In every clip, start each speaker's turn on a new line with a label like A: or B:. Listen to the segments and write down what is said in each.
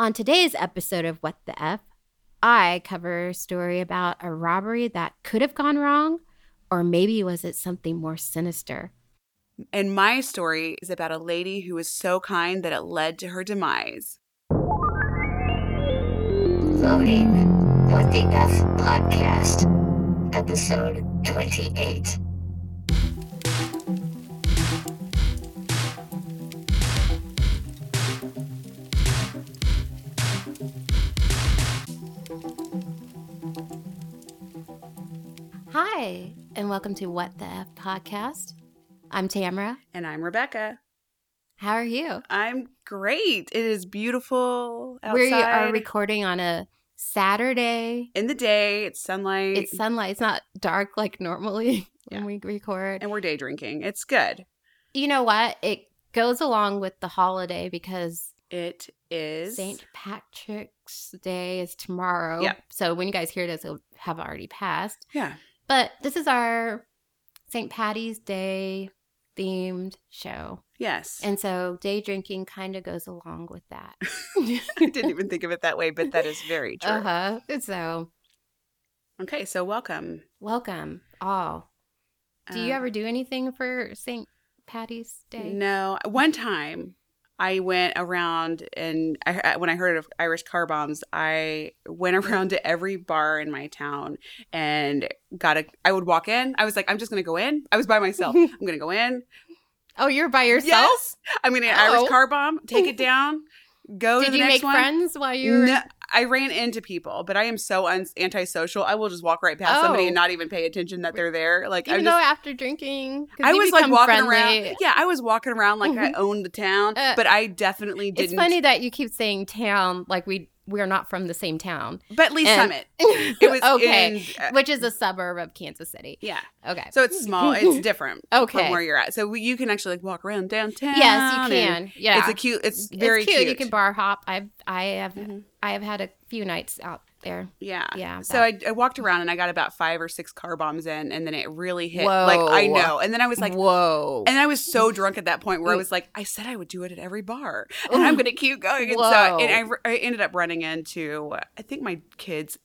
A: On today's episode of What the F, I cover a story about a robbery that could have gone wrong, or maybe was it something more sinister?
B: And my story is about a lady who was so kind that it led to her demise.
C: Loading What the F Podcast, episode 28.
A: Hi, and welcome to What the F podcast. I'm Tamara.
B: And I'm Rebecca.
A: How are you?
B: I'm great. It is beautiful outside.
A: We are recording on a Saturday.
B: in the day, it's sunlight,
A: It's sunlight, it's not dark like normally when we record.
B: and we're day drinking. It's good.
A: You know what? It goes along with the holiday because
B: It is.
A: St. Patrick's Day is tomorrow.
B: Yeah.
A: So when you guys hear this, it'll have already passed.
B: Yeah.
A: But this is our St. Patty's Day themed show.
B: Yes.
A: And so day drinking kind of goes along with that.
B: I didn't even think of it that way, but that is very true.
A: uh huh. So
B: Okay, so welcome.
A: welcome all. Do you
B: Um,
A: ever do anything for St. Patty's Day?
B: No, one time I went around and I, I- when I heard of Irish car bombs, I went around to every bar in my town and got a. I would walk in. I was like, I'm just gonna go in. I was by myself. I'm gonna go in.
A: Oh, you're by yourself?
B: Yes, I'm gonna
A: Oh.
B: Irish car bomb. Take it down. Go to
A: Did
B: the
A: you
B: next
A: make
B: one.
A: friends while you were?
B: No, I ran into people, but I am so un- antisocial. I will just walk right past somebody
A: Oh.
B: and not even pay attention that they're there. Like
A: Even
B: I'm
A: though
B: just,
A: after drinking, 'cause
B: I
A: you
B: was like
A: become
B: walking
A: friendly.
B: around. Yeah, I was walking around like I
A: Mhm.
B: owned the town,
A: Uh,
B: but I definitely didn't.
A: It's funny that you keep saying town like we we're not from the same town.
B: But Lee
A: And-
B: Summit. It was
A: okay,
B: in- uh,
A: which is a suburb of Kansas City.
B: yeah.
A: Okay.
B: So it's small. It's different
A: Okay.
B: from where you're at. So you can actually like walk around downtown.
A: yes, you
B: and
A: can. Yeah.
B: It's a cute. It's very
A: cute.
B: cute.
A: You can bar hop. I've I have
B: Mhm.
A: I have had a few nights out there.
B: Yeah.
A: Yeah,
B: So I, I walked around and I got about five or six car bombs in, and then it really hit. Like
A: Whoa.
B: I know. And then I was like,
A: whoa.
B: and I was so drunk at that point where I
A: Mm.
B: was like, I said I would do it at every bar, and I'm going to keep going. And so
A: Whoa.
B: and I, I ended up running into uh, I think my kid's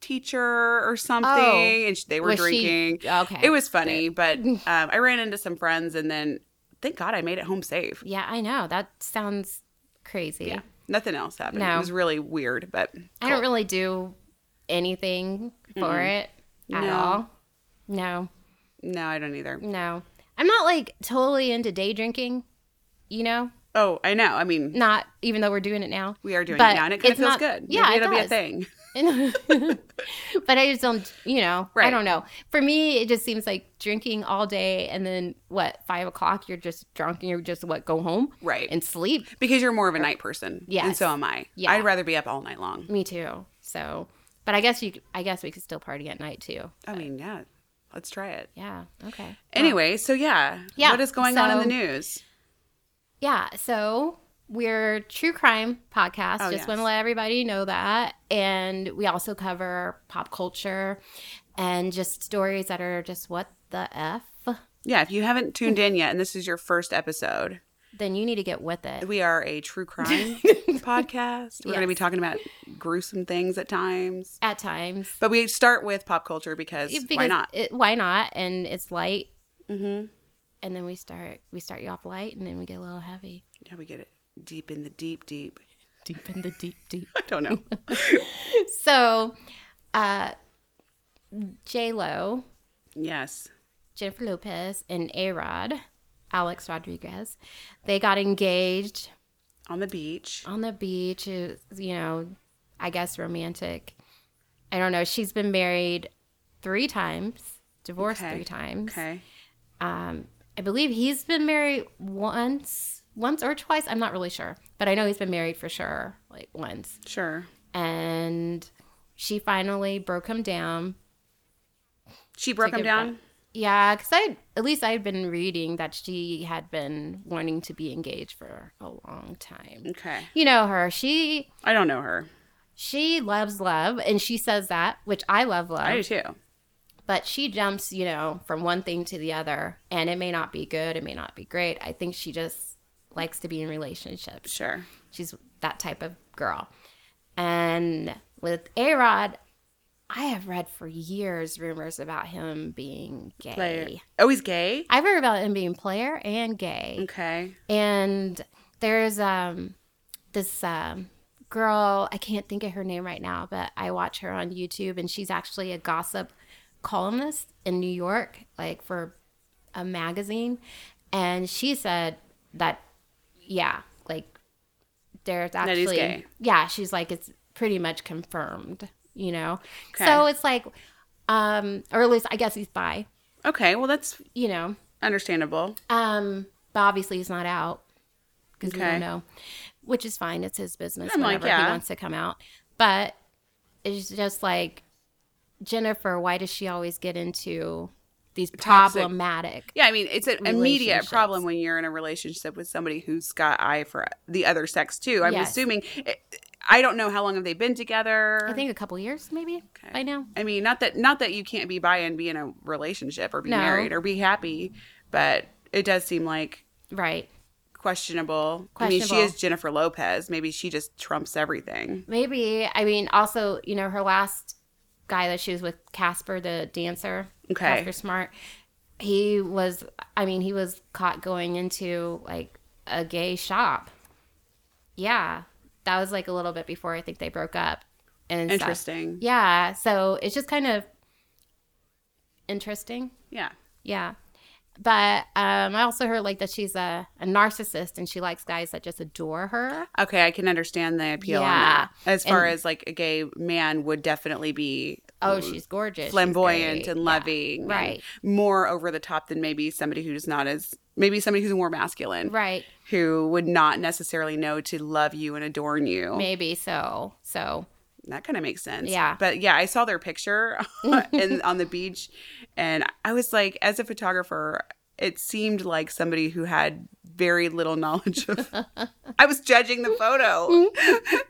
B: teacher or something,
A: Oh.
B: and sh- they were
A: Was she-
B: drinking.
A: okay.
B: It was funny, but um, I ran into some friends, and then thank God I made it home safe.
A: Yeah, I know. That sounds crazy.
B: Yeah, nothing else happened. It
A: No.
B: was really weird, but
A: I don't really do anything for it at
B: Mm-hmm. No.
A: all. No.
B: no, I don't either.
A: No. I'm not like totally into day drinking, you know?
B: Oh, I know. I mean,
A: Not even though we're doing it now.
B: we are doing
A: Mm. But
B: it now, and it kind of
A: it's
B: feels
A: not-
B: good.
A: yeah,
B: Maybe
A: it
B: it'll be a
A: does.
B: thing.
A: but I just don't, you know, I
B: Right.
A: don't know. For me, it just seems like drinking all day and then what, five o'clock, you're just drunk and you're just what, go home
B: Right.
A: and sleep.
B: because you're more of a night person. And
A: Yes.
B: so am I.
A: Yeah.
B: I'd rather be up all night long.
A: Me too. So, but I guess you, I guess we could still party at night too.
B: I mean, yeah. Let's try it.
A: Yeah. Okay.
B: Anyway, so yeah.
A: Yeah,
B: What is going on in the
A: so-
B: news?
A: Yeah. So we're true crime podcast.
B: Oh,
A: Just
B: yes.
A: want to let everybody know that. And we also cover pop culture and just stories that are just what the F.
B: Yeah, if you haven't tuned in yet and this is your first episode,
A: Then you need to get with it.
B: we are a true crime podcast. We're going to be
A: Yes.
B: talking about gruesome things at times.
A: At times.
B: But we start with pop culture because,
A: It-
B: why not?
A: It, why not? And it's light.
B: Mhm.
A: And then we start we start you off light and then we get a little heavy.
B: Yeah, we get it deep in the deep, deep.
A: Deep in the deep deep.
B: I don't know.
A: So uh J Lo
B: yes.
A: Jennifer Lopez and A Rod, Alex Rodriguez, they got engaged
B: On the beach.
A: on the beach. It was, you know, I guess romantic. I don't know. She's been married three times, divorced
B: Okay.
A: three times.
B: Okay.
A: Um, I believe he's been married once, once or twice. I'm not really sure, but I know he's been married for sure, like once
B: Sure.
A: and she finally broke him down.
B: She broke
A: Took
B: him
A: it back.
B: down.
A: Yeah, because I at least I had been reading that she had been wanting to be engaged for a long time.
B: Okay.
A: You know her. She
B: I don't know her.
A: she loves love, and she says that, which I love love.
B: I do too.
A: but she jumps, you know, from one thing to the other, and it may not be good. It may not be great. I think she just likes to be in relationships.
B: Sure.
A: She's that type of girl. And with A Rod, I have read for years rumors about him being gay.
B: Player. Oh, he's gay?
A: I've heard about him being player and gay.
B: Okay.
A: And there's um this um girl, I can't think of her name right now, but I watch her on YouTube and she's actually a gossip columnist in New York, like for a magazine. And she said that yeah, like there's
B: That
A: actually
B: he's gay.
A: Yeah, she's like it's pretty much confirmed, you know. So it's like um or at least I guess he's bi,
B: Okay. Well, that's
A: you know.
B: understandable.
A: Um, but obviously he's not out because we
B: Okay.
A: don't know, which is fine. It's his business.
B: I'm like,
A: whenever
B: yeah.
A: he wants to come out, but it's just like Jennifer. Why does she always get into these
B: Toxic.
A: problematic?
B: Yeah, I mean, it's an immediate
A: Relationships.
B: problem when you're in a relationship with somebody who's got eye for the other sex too. I'm
A: Yes.
B: assuming. eh, I don't know how long have they been together.
A: I think a couple years maybe
B: Okay.
A: by now.
B: I mean, not that not that you can't be bi and be in a relationship or be
A: No.
B: married or be happy, but it does seem like
A: Right.
B: questionable. I mean, she
A: Questionable.
B: is Jennifer Lopez. Maybe she just trumps everything.
A: Maybe. I mean, also, you know, her last guy that she was with, Casper the dancer,
B: Okay.
A: Casper Smart, he was, I mean, he was caught going into like a gay shop. Yeah. That was like a little bit before I think they broke up. And stuff.
B: Interesting.
A: Yeah. So it's just kind of interesting.
B: Yeah.
A: Yeah. But um, I also heard like that she's a, a narcissist and she likes guys that just adore her.
B: Okay, I can understand the appeal on
A: Yeah.
B: that. As far
A: And-
B: as like a gay man would definitely be
A: Oh, she's gorgeous. she's
B: flamboyant
A: great.
B: and
A: Yeah.
B: loving, and
A: Right.
B: more over the top than maybe somebody who's not as maybe somebody who's more masculine,
A: Right.
B: who would not necessarily know to love you and adorn you.
A: Maybe so. So
B: That kind of makes sense.
A: Yeah.
B: but yeah, I saw their picture in, on the beach, and I was like, as a photographer. It seemed like somebody who had very little knowledge of. I was judging the photo.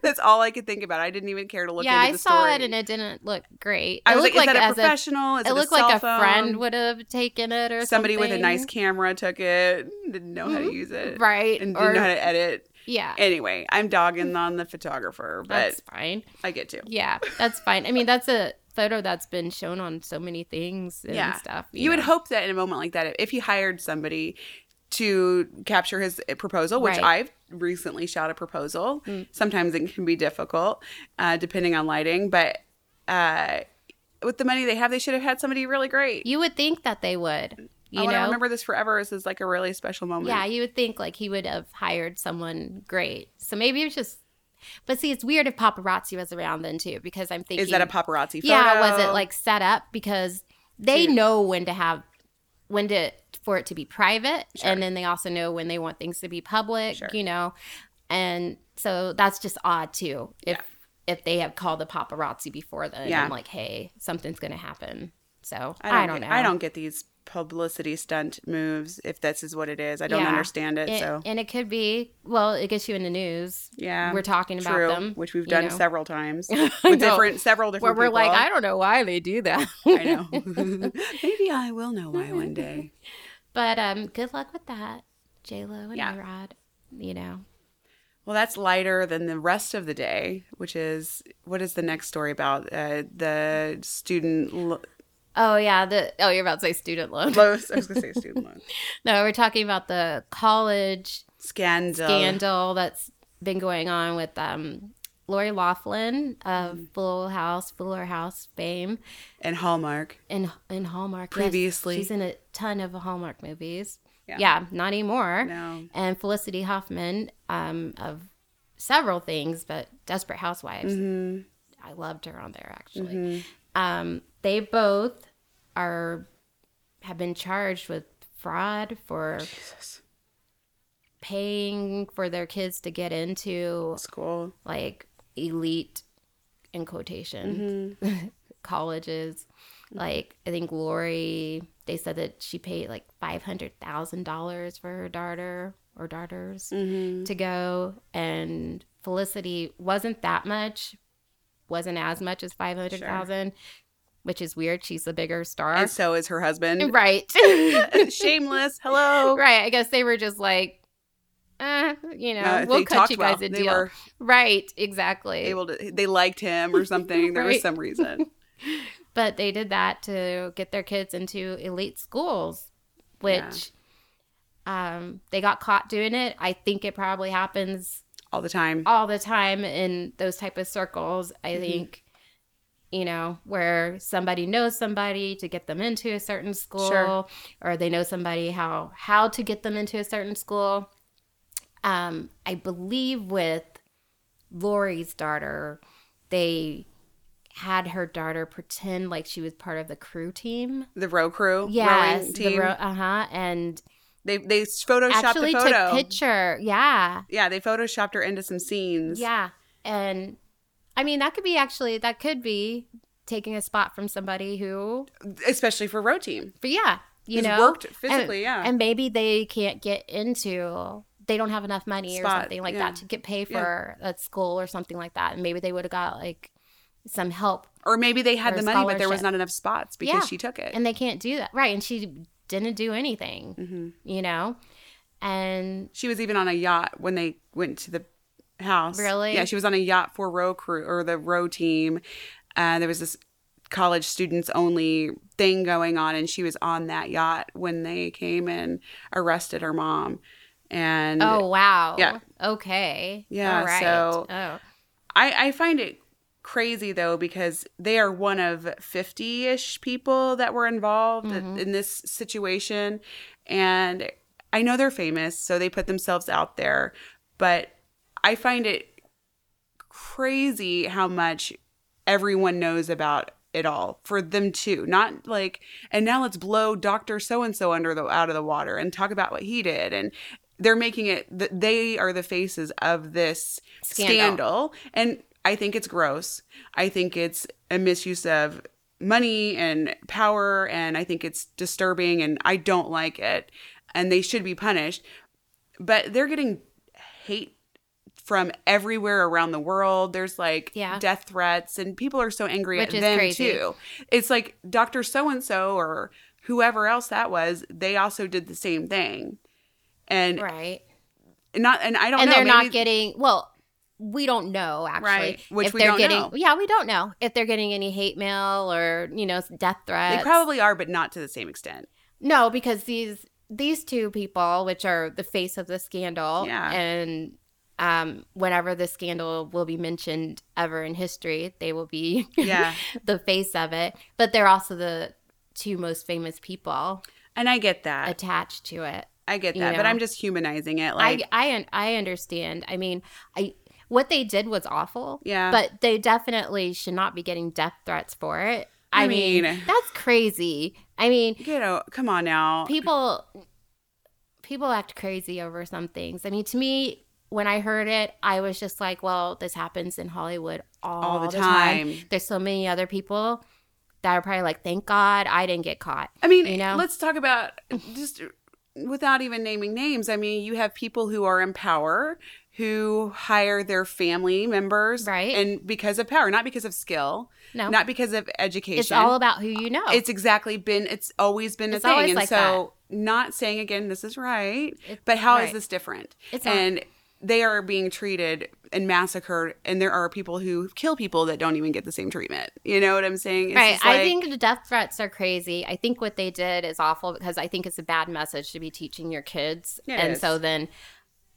B: That's all I could think about. I didn't even care to look
A: yeah,
B: into
A: I
B: the
A: saw
B: story.
A: it and it didn't look great. It
B: I was like,
A: looked
B: is that a
A: as
B: professional? is
A: it
B: it
A: looked
B: a cell
A: like a
B: phone?
A: friend would have taken it or
B: somebody with a nice
A: something. Mm-hmm.
B: camera took it, didn't know how to use it,
A: right
B: and
A: or
B: didn't know how to edit.
A: yeah.
B: Anyway, I'm dogging on the photographer, but
A: that's fine.
B: I get to.
A: Yeah, that's fine. I mean, that's a photo that's been shown on so many things and
B: Yeah.
A: stuff.
B: You would
A: know.
B: hope that in a moment like that, if he hired somebody to capture his uh, proposal, which
A: Right.
B: I've recently shot a proposal.
A: Mm.
B: Sometimes it can be difficult, uh, depending on lighting, but uh, with the money they have, they should have had somebody really great.
A: you would think that they would.
B: Oh, I
A: You
B: want to
A: know,
B: remember this forever. This is like a really special moment.
A: Yeah, you would think like he would have hired someone great. So maybe it's just. But see, it's weird if paparazzi was around then too, because I'm thinking
B: Is that a paparazzi photo?
A: yeah, was it like set up because they
B: Dude.
A: know when to have when to for it to be private,
B: Sure.
A: and then they also know when they want things to be public.
B: Sure.
A: You know, and so that's just odd too. If
B: Yeah.
A: if they have called the paparazzi before then,
B: Yeah.
A: I'm like, hey, something's gonna happen. So I don't,
B: I don't, get-
A: know.
B: I don't get these publicity stunt moves if this is what it is. I don't
A: Yeah.
B: understand it,
A: It-
B: so
A: and it could be well, it gets you in the news.
B: yeah.
A: we're talking about
B: true,
A: them,
B: which we've
A: you
B: done
A: know.
B: several times
A: know.
B: with different several
A: Where
B: different
A: we're like, I
B: people.
A: don't know why they do that.
B: I know. Maybe I will know why one day.
A: but um, good luck with that, J Lo and
B: Yeah.
A: A Rod. You know,
B: Well, that's lighter than the rest of the day, which is what is the next story about? Uh, the student lo-
A: oh yeah, the oh you're about to say student loan.
B: loans. I was gonna say student loan
A: no, we're talking about the college
B: scandal.
A: scandal that's been going on with um. Lori Laughlin of Full House, Fuller House fame,
B: and Hallmark.
A: in in Hallmark. Yes,
B: Previously.
A: she's in a ton of Hallmark movies.
B: Yeah.
A: Yeah, not anymore.
B: No,
A: and Felicity Huffman um, of several things, but Desperate Housewives.
B: Mhm.
A: I loved her on there actually. Um, they both are have been charged with fraud for
B: Jesus.
A: paying for their kids to get into
B: school.
A: like elite in
B: Mm-hmm.
A: quotation colleges. Like I think Lori, they said that she paid like five hundred thousand dollars for her daughter or daughters
B: Mm-hmm.
A: to go and felicity wasn't that much wasn't as much as 500000 which is weird she's the bigger star
B: And so is her husband.
A: right
B: Shameless. Hello.
A: right i guess they were just like eh, you know,
B: Uh,
A: we'll
B: they
A: cut
B: talked
A: you guys
B: well.
A: a
B: They
A: deal.
B: were
A: right, exactly.
B: able to. They liked him or something. There was
A: Right.
B: some reason.
A: but they did that to get their kids into elite schools which um, they got caught doing it i think it probably happens
B: all the time.
A: all the time in those type of circles i
B: Mhm.
A: think you know where somebody knows somebody to get them into a certain school
B: Sure.
A: or they know somebody how how to get them into a certain school um i believe with lori's daughter they had her daughter pretend like she was part of the crew team
B: The row crew,
A: yes
B: rowing
A: the
B: team.
A: ro- uh-huh and
B: they they photoshopped
A: actually
B: the photo.
A: took picture yeah
B: yeah, they photoshopped her into some scenes.
A: Yeah. And I mean, that could be actually, that could be taking a spot from somebody who,
B: especially for row team.
A: but yeah, you
B: Who's
A: know,
B: worked physically.
A: and,
B: yeah,
A: And maybe they can't get into, they don't have enough money
B: Spot,
A: or something like
B: yeah.
A: that to get pay for a school or something like that. And maybe they would have got like some help
B: or maybe they had
A: or
B: the money, but there was
A: scholarship.
B: not enough spots because
A: Yeah.
B: she took it.
A: and they can't do that. Right. And she didn't do anything,
B: hmm
A: you know? And
B: She was even on a yacht when they went to the house.
A: Really?
B: Yeah, she was on a yacht for row crew or the row team. Uh, there was this college students only thing going on, and she was on that yacht when they came and arrested her mom. And
A: oh, wow.
B: Yeah.
A: Okay.
B: Yeah,
A: All right.
B: so-
A: oh.
B: I, I find it crazy though because they are one of 50-ish people that were involved
A: Mm-hmm.
B: in- in this situation and i know they're famous so they put themselves out there but i find it crazy how much everyone knows about it all for them too not like and now let's blow dr so and so under the out of the water and talk about what he did and they're making it th- they are the faces of this
A: Scandal.
B: scandal and i think it's gross i think it's a misuse of money and power and i think it's disturbing and i don't like it and they should be punished but they're getting hate from everywhere around the world. There's like
A: Yeah.
B: death threats, and people are so angry
A: Which
B: at
A: is
B: them
A: crazy.
B: too. It's like Dr. So and so or whoever else that was, they also did the same thing. And
A: Right.
B: not, and I don't
A: and
B: know.
A: they're not
B: maybe-
A: getting well we don't know actually
B: Right, which
A: if
B: we
A: they're
B: don't
A: getting
B: know.
A: yeah we don't know if they're getting any hate mail or you know death threats
B: They probably are, but not to the same extent.
A: no because these these two people which are the face of the scandal
B: Yeah.
A: and um whenever the scandal will be mentioned ever in history they will be
B: Yeah.
A: the face of it but they're also the two most famous people
B: And I get that.
A: attached to it
B: I get
A: you
B: that. But
A: know.
B: I'm just humanizing it. Like,
A: I, I un- I understand. I mean, I what they did was awful.
B: Yeah.
A: But they definitely should not be getting death threats for it.
B: I
A: I, mean,
B: mean-
A: that's crazy. I mean,
B: you know, come on now.
A: people people act crazy over some things. I mean, to me, when I heard it, I was just like, well, this happens in Hollywood all,
B: All the time.
A: There's so many other people that are probably like, thank God I didn't get caught.
B: I mean,
A: you know?
B: let's talk about just without even naming names. I mean, you have people who are in power who hire their family members,
A: Right.
B: And because of power, not because of skill,
A: No.
B: not because of education.
A: it's all about who you know.
B: It's exactly been. It's always been
A: It's
B: a thing,
A: always
B: and
A: like
B: so not saying again, this is right,
A: It's-
B: but how is
A: right.
B: this different?
A: It's not.
B: and they are being treated and massacred, and there are people who kill people that don't even get the same treatment. You know what I'm saying? It's
A: right.
B: just
A: I
B: like-
A: think the death threats are crazy. I think what they did is awful because I think it's a bad message to be teaching your kids.
B: It
A: and
B: is.
A: so then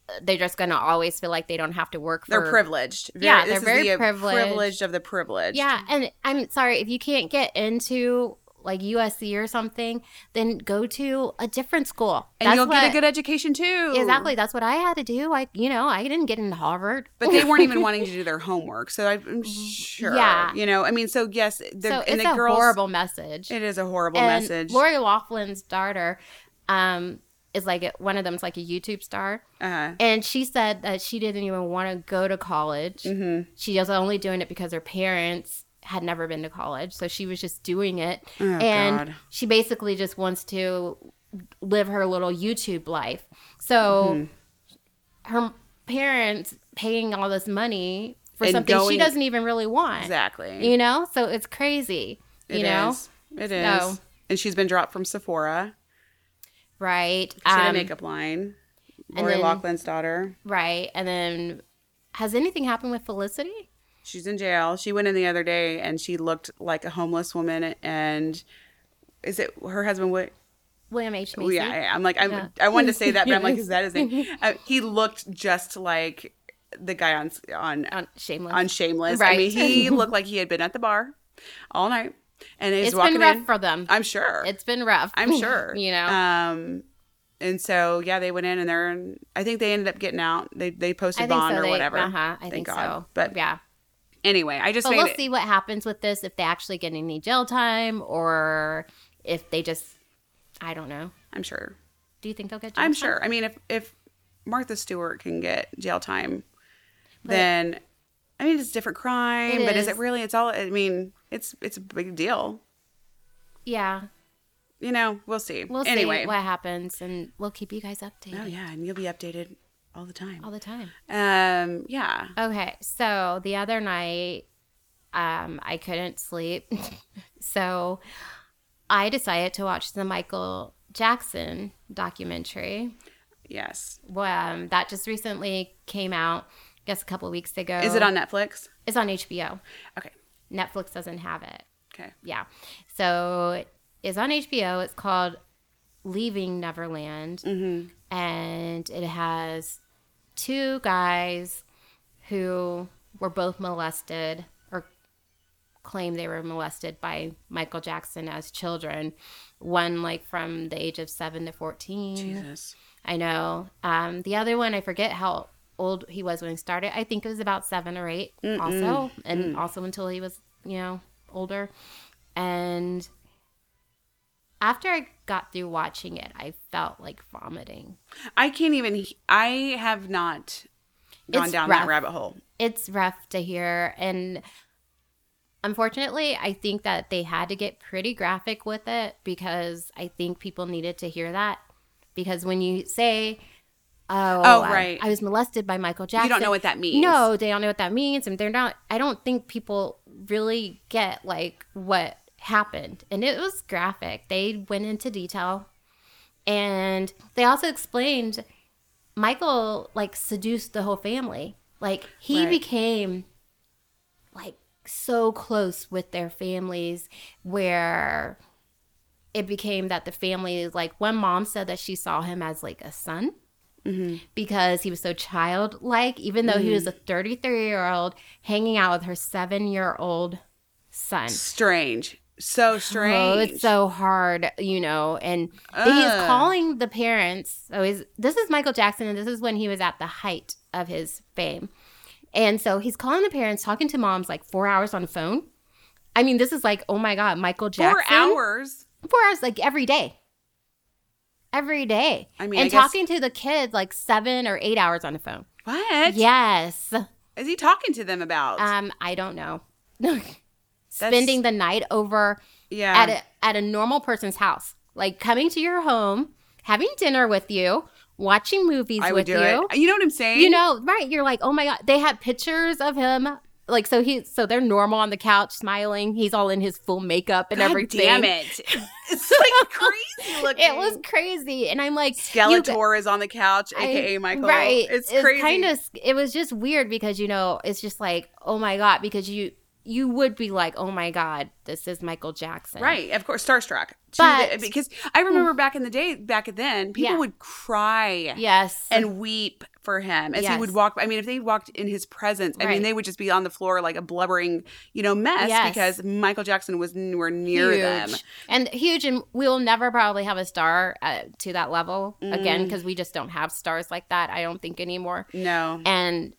A: uh, they're just going to always feel like they don't have to work for
B: They're privileged.
A: Yeah,
B: Very-
A: they're
B: this
A: very
B: is the
A: privileged.
B: privileged of the privileged.
A: Yeah, and I'm sorry if you can't get into like USC or something, then go to a different school.
B: and
A: That's
B: you'll get
A: what-
B: a good education too.
A: Exactly. That's what I had to do. Like, you know, I didn't get into Harvard.
B: But they weren't even wanting to do their homework, so I'm sure.
A: Mm, Yeah.
B: you know, I mean, so yes, the,
A: so
B: and
A: it's
B: the
A: a
B: girls.
A: horrible message.
B: It is a horrible
A: and
B: message.
A: Lori Laughlin's daughter um, is like, a- one of them's like a YouTube star.
B: uh,
A: And she said that she didn't even want to go to college.
B: Mm. mm-hmm,
A: She was only doing it because her parents had never been to college. So she was just doing it.
B: Oh,
A: and
B: God.
A: she basically just wants to live her little YouTube life. So
B: Mm-hmm.
A: her parents paying all this money for
B: And
A: something she
B: going-
A: doesn't even really want.
B: exactly.
A: You know? So it's crazy.
B: It
A: You know?
B: is. It is.
A: So-
B: And she's been dropped from Sephora.
A: Right.
B: She had a
A: Um,
B: makeup line. Lori
A: then-
B: Loughlin's daughter.
A: Right. And then has anything happened with Felicity?
B: She's in jail. She went in the other day and she looked like a homeless woman. And is it her husband? What?
A: William H.
B: Oh,
A: Macy.
B: yeah, yeah, I'm like, I'm,
A: Yeah.
B: I wanted to say that, but I'm like, is that his name? Uh, he looked just like the guy on on
A: On Shameless.
B: on Shameless. I
A: Right.
B: mean, he looked like he had been at the bar all night, and he's
A: it's
B: walking
A: been rough
B: in.
A: for them.
B: I'm sure.
A: it's been rough.
B: I'm sure.
A: you know.
B: Um, and so yeah, they went in and they're. In, I think they ended up getting out. They they posted bond or
A: They-
B: whatever.
A: Uh-huh. I
B: Thank
A: think
B: God.
A: so.
B: But
A: yeah.
B: anyway, I just
A: But
B: made
A: we'll
B: it-
A: see what happens with this if they actually get any jail time or if they just I don't know.
B: I'm sure.
A: Do you think they'll get jail
B: I'm
A: time?
B: sure. I mean, if if Martha Stewart can get jail time, then I mean it's a different crime.
A: It
B: but
A: is.
B: is it really? It's all. I mean, it's it's a big deal.
A: Yeah.
B: You know, we'll see.
A: We'll
B: anyway.
A: see what happens and we'll keep you guys updated
B: Oh yeah, and you'll be updated all the time.
A: all the time.
B: Um, yeah.
A: Okay, so the other night, um, I couldn't sleep, so I decided to watch the Michael Jackson documentary.
B: Yes.
A: Well, um, that just recently came out, I guess a couple weeks ago.
B: Is it on Netflix?
A: It's on HBO.
B: Okay.
A: Netflix doesn't have it.
B: Okay.
A: Yeah, so it's on HBO. It's called Leaving Neverland,
B: Mm-hmm.
A: and it has two guys who were both molested or claim they were molested by Michael Jackson as children. One like from the age of seven to fourteen.
B: Jesus.
A: I know. Um, the other one, I forget how old he was when he started. I think it was about seven or 8 also,
B: Mm.
A: and also until he was, you know, older. And after I got through watching it, I felt like vomiting.
B: I can't even. he- I have not gone
A: It's
B: down that
A: rough.
B: rabbit hole.
A: It's rough to hear. And unfortunately, I think that they had to get pretty graphic with it because I think people needed to hear that. Because when you say, Oh,
B: Oh,
A: um,
B: right.
A: I was molested by Michael Jackson.
B: You don't know what that means.
A: No, they don't know what that means, and they're not. I don't think people really get like what happened, and it was graphic. They went into detail, and they also explained Michael like seduced the whole family. Like he
B: Right.
A: became like so close with their families, where it became that the family like one mom said that she saw him as like a son
B: Mm-hmm.
A: because he was so childlike, even though he was a 33 year old hanging out with her seven year old son.
B: Strange. So strange.
A: Oh, it's so hard, you know. And
B: Ugh.
A: he's calling the parents. So he's, this is Michael Jackson, and this is when he was at the height of his fame. And so he's calling the parents, talking to moms like four hours on the phone. I mean, this is like, oh my God, Michael Jackson.
B: Four hours.
A: Four hours, like every day. Every day.
B: I mean, I
A: and
B: guess-
A: talking to the kid like seven or eight hours on the phone.
B: What?
A: Yes.
B: Is he talking to them about?
A: Um, I don't know. Spending the night over
B: yeah.
A: at a, at a normal person's house, like coming to your home, having dinner with you, watching movies
B: I would
A: with
B: do
A: you.
B: it. You know what I'm saying?
A: You know, right? You're like, oh my god. They had pictures of him. Like so he so they're normal on the couch smiling. He's all in his full makeup and
B: God
A: everything.
B: Damn it. It's like crazy looking.
A: It was crazy, and I'm like, you g-
B: Skeletor is on the couch, aka
A: I-
B: Michael.
A: Right.
B: It's crazy.
A: Kind of. It was just weird because you know it's just like oh my god because you you would be like oh my god this is Michael Jackson
B: Right, of course, starstruck. To
A: But- hmm.
B: the- because I remember back in the day, back then, people
A: Yeah.
B: would cry
A: yes
B: and weep for him as he
A: Yes.
B: would walk. I mean, if they walked in his presence, I mean,
A: Right.
B: they would just be on the floor like a blubbering, you know, mess
A: Yes.
B: because Michael Jackson was nowhere near
A: huge
B: them.
A: and huge and we will never probably have a star uh, to that level again 'cause
B: Mm.
A: again because we just don't have stars like that I don't think anymore
B: No,
A: and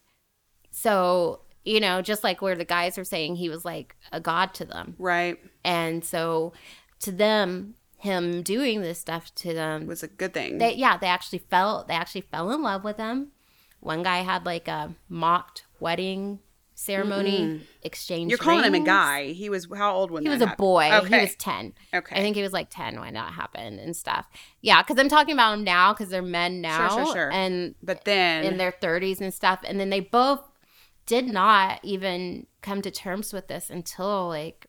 A: so you know just like where the guys are saying he was like a god to them
B: right,
A: and so to them him doing this stuff to them
B: was a good thing.
A: they yeah they actually fell they actually fell in love with him one guy had like a mocked wedding ceremony exchange
B: You're calling him a
A: rings.
B: guy. He was how old when
A: he
B: that
A: was a
B: happened?
A: boy
B: Okay,
A: he was 10
B: okay.
A: i think he was like 10 when that happened and stuff yeah because i'm talking about him now because they're men now
B: sure, sure.
A: and
B: but then
A: in their 30s and stuff and then they both did not even come to terms with this until like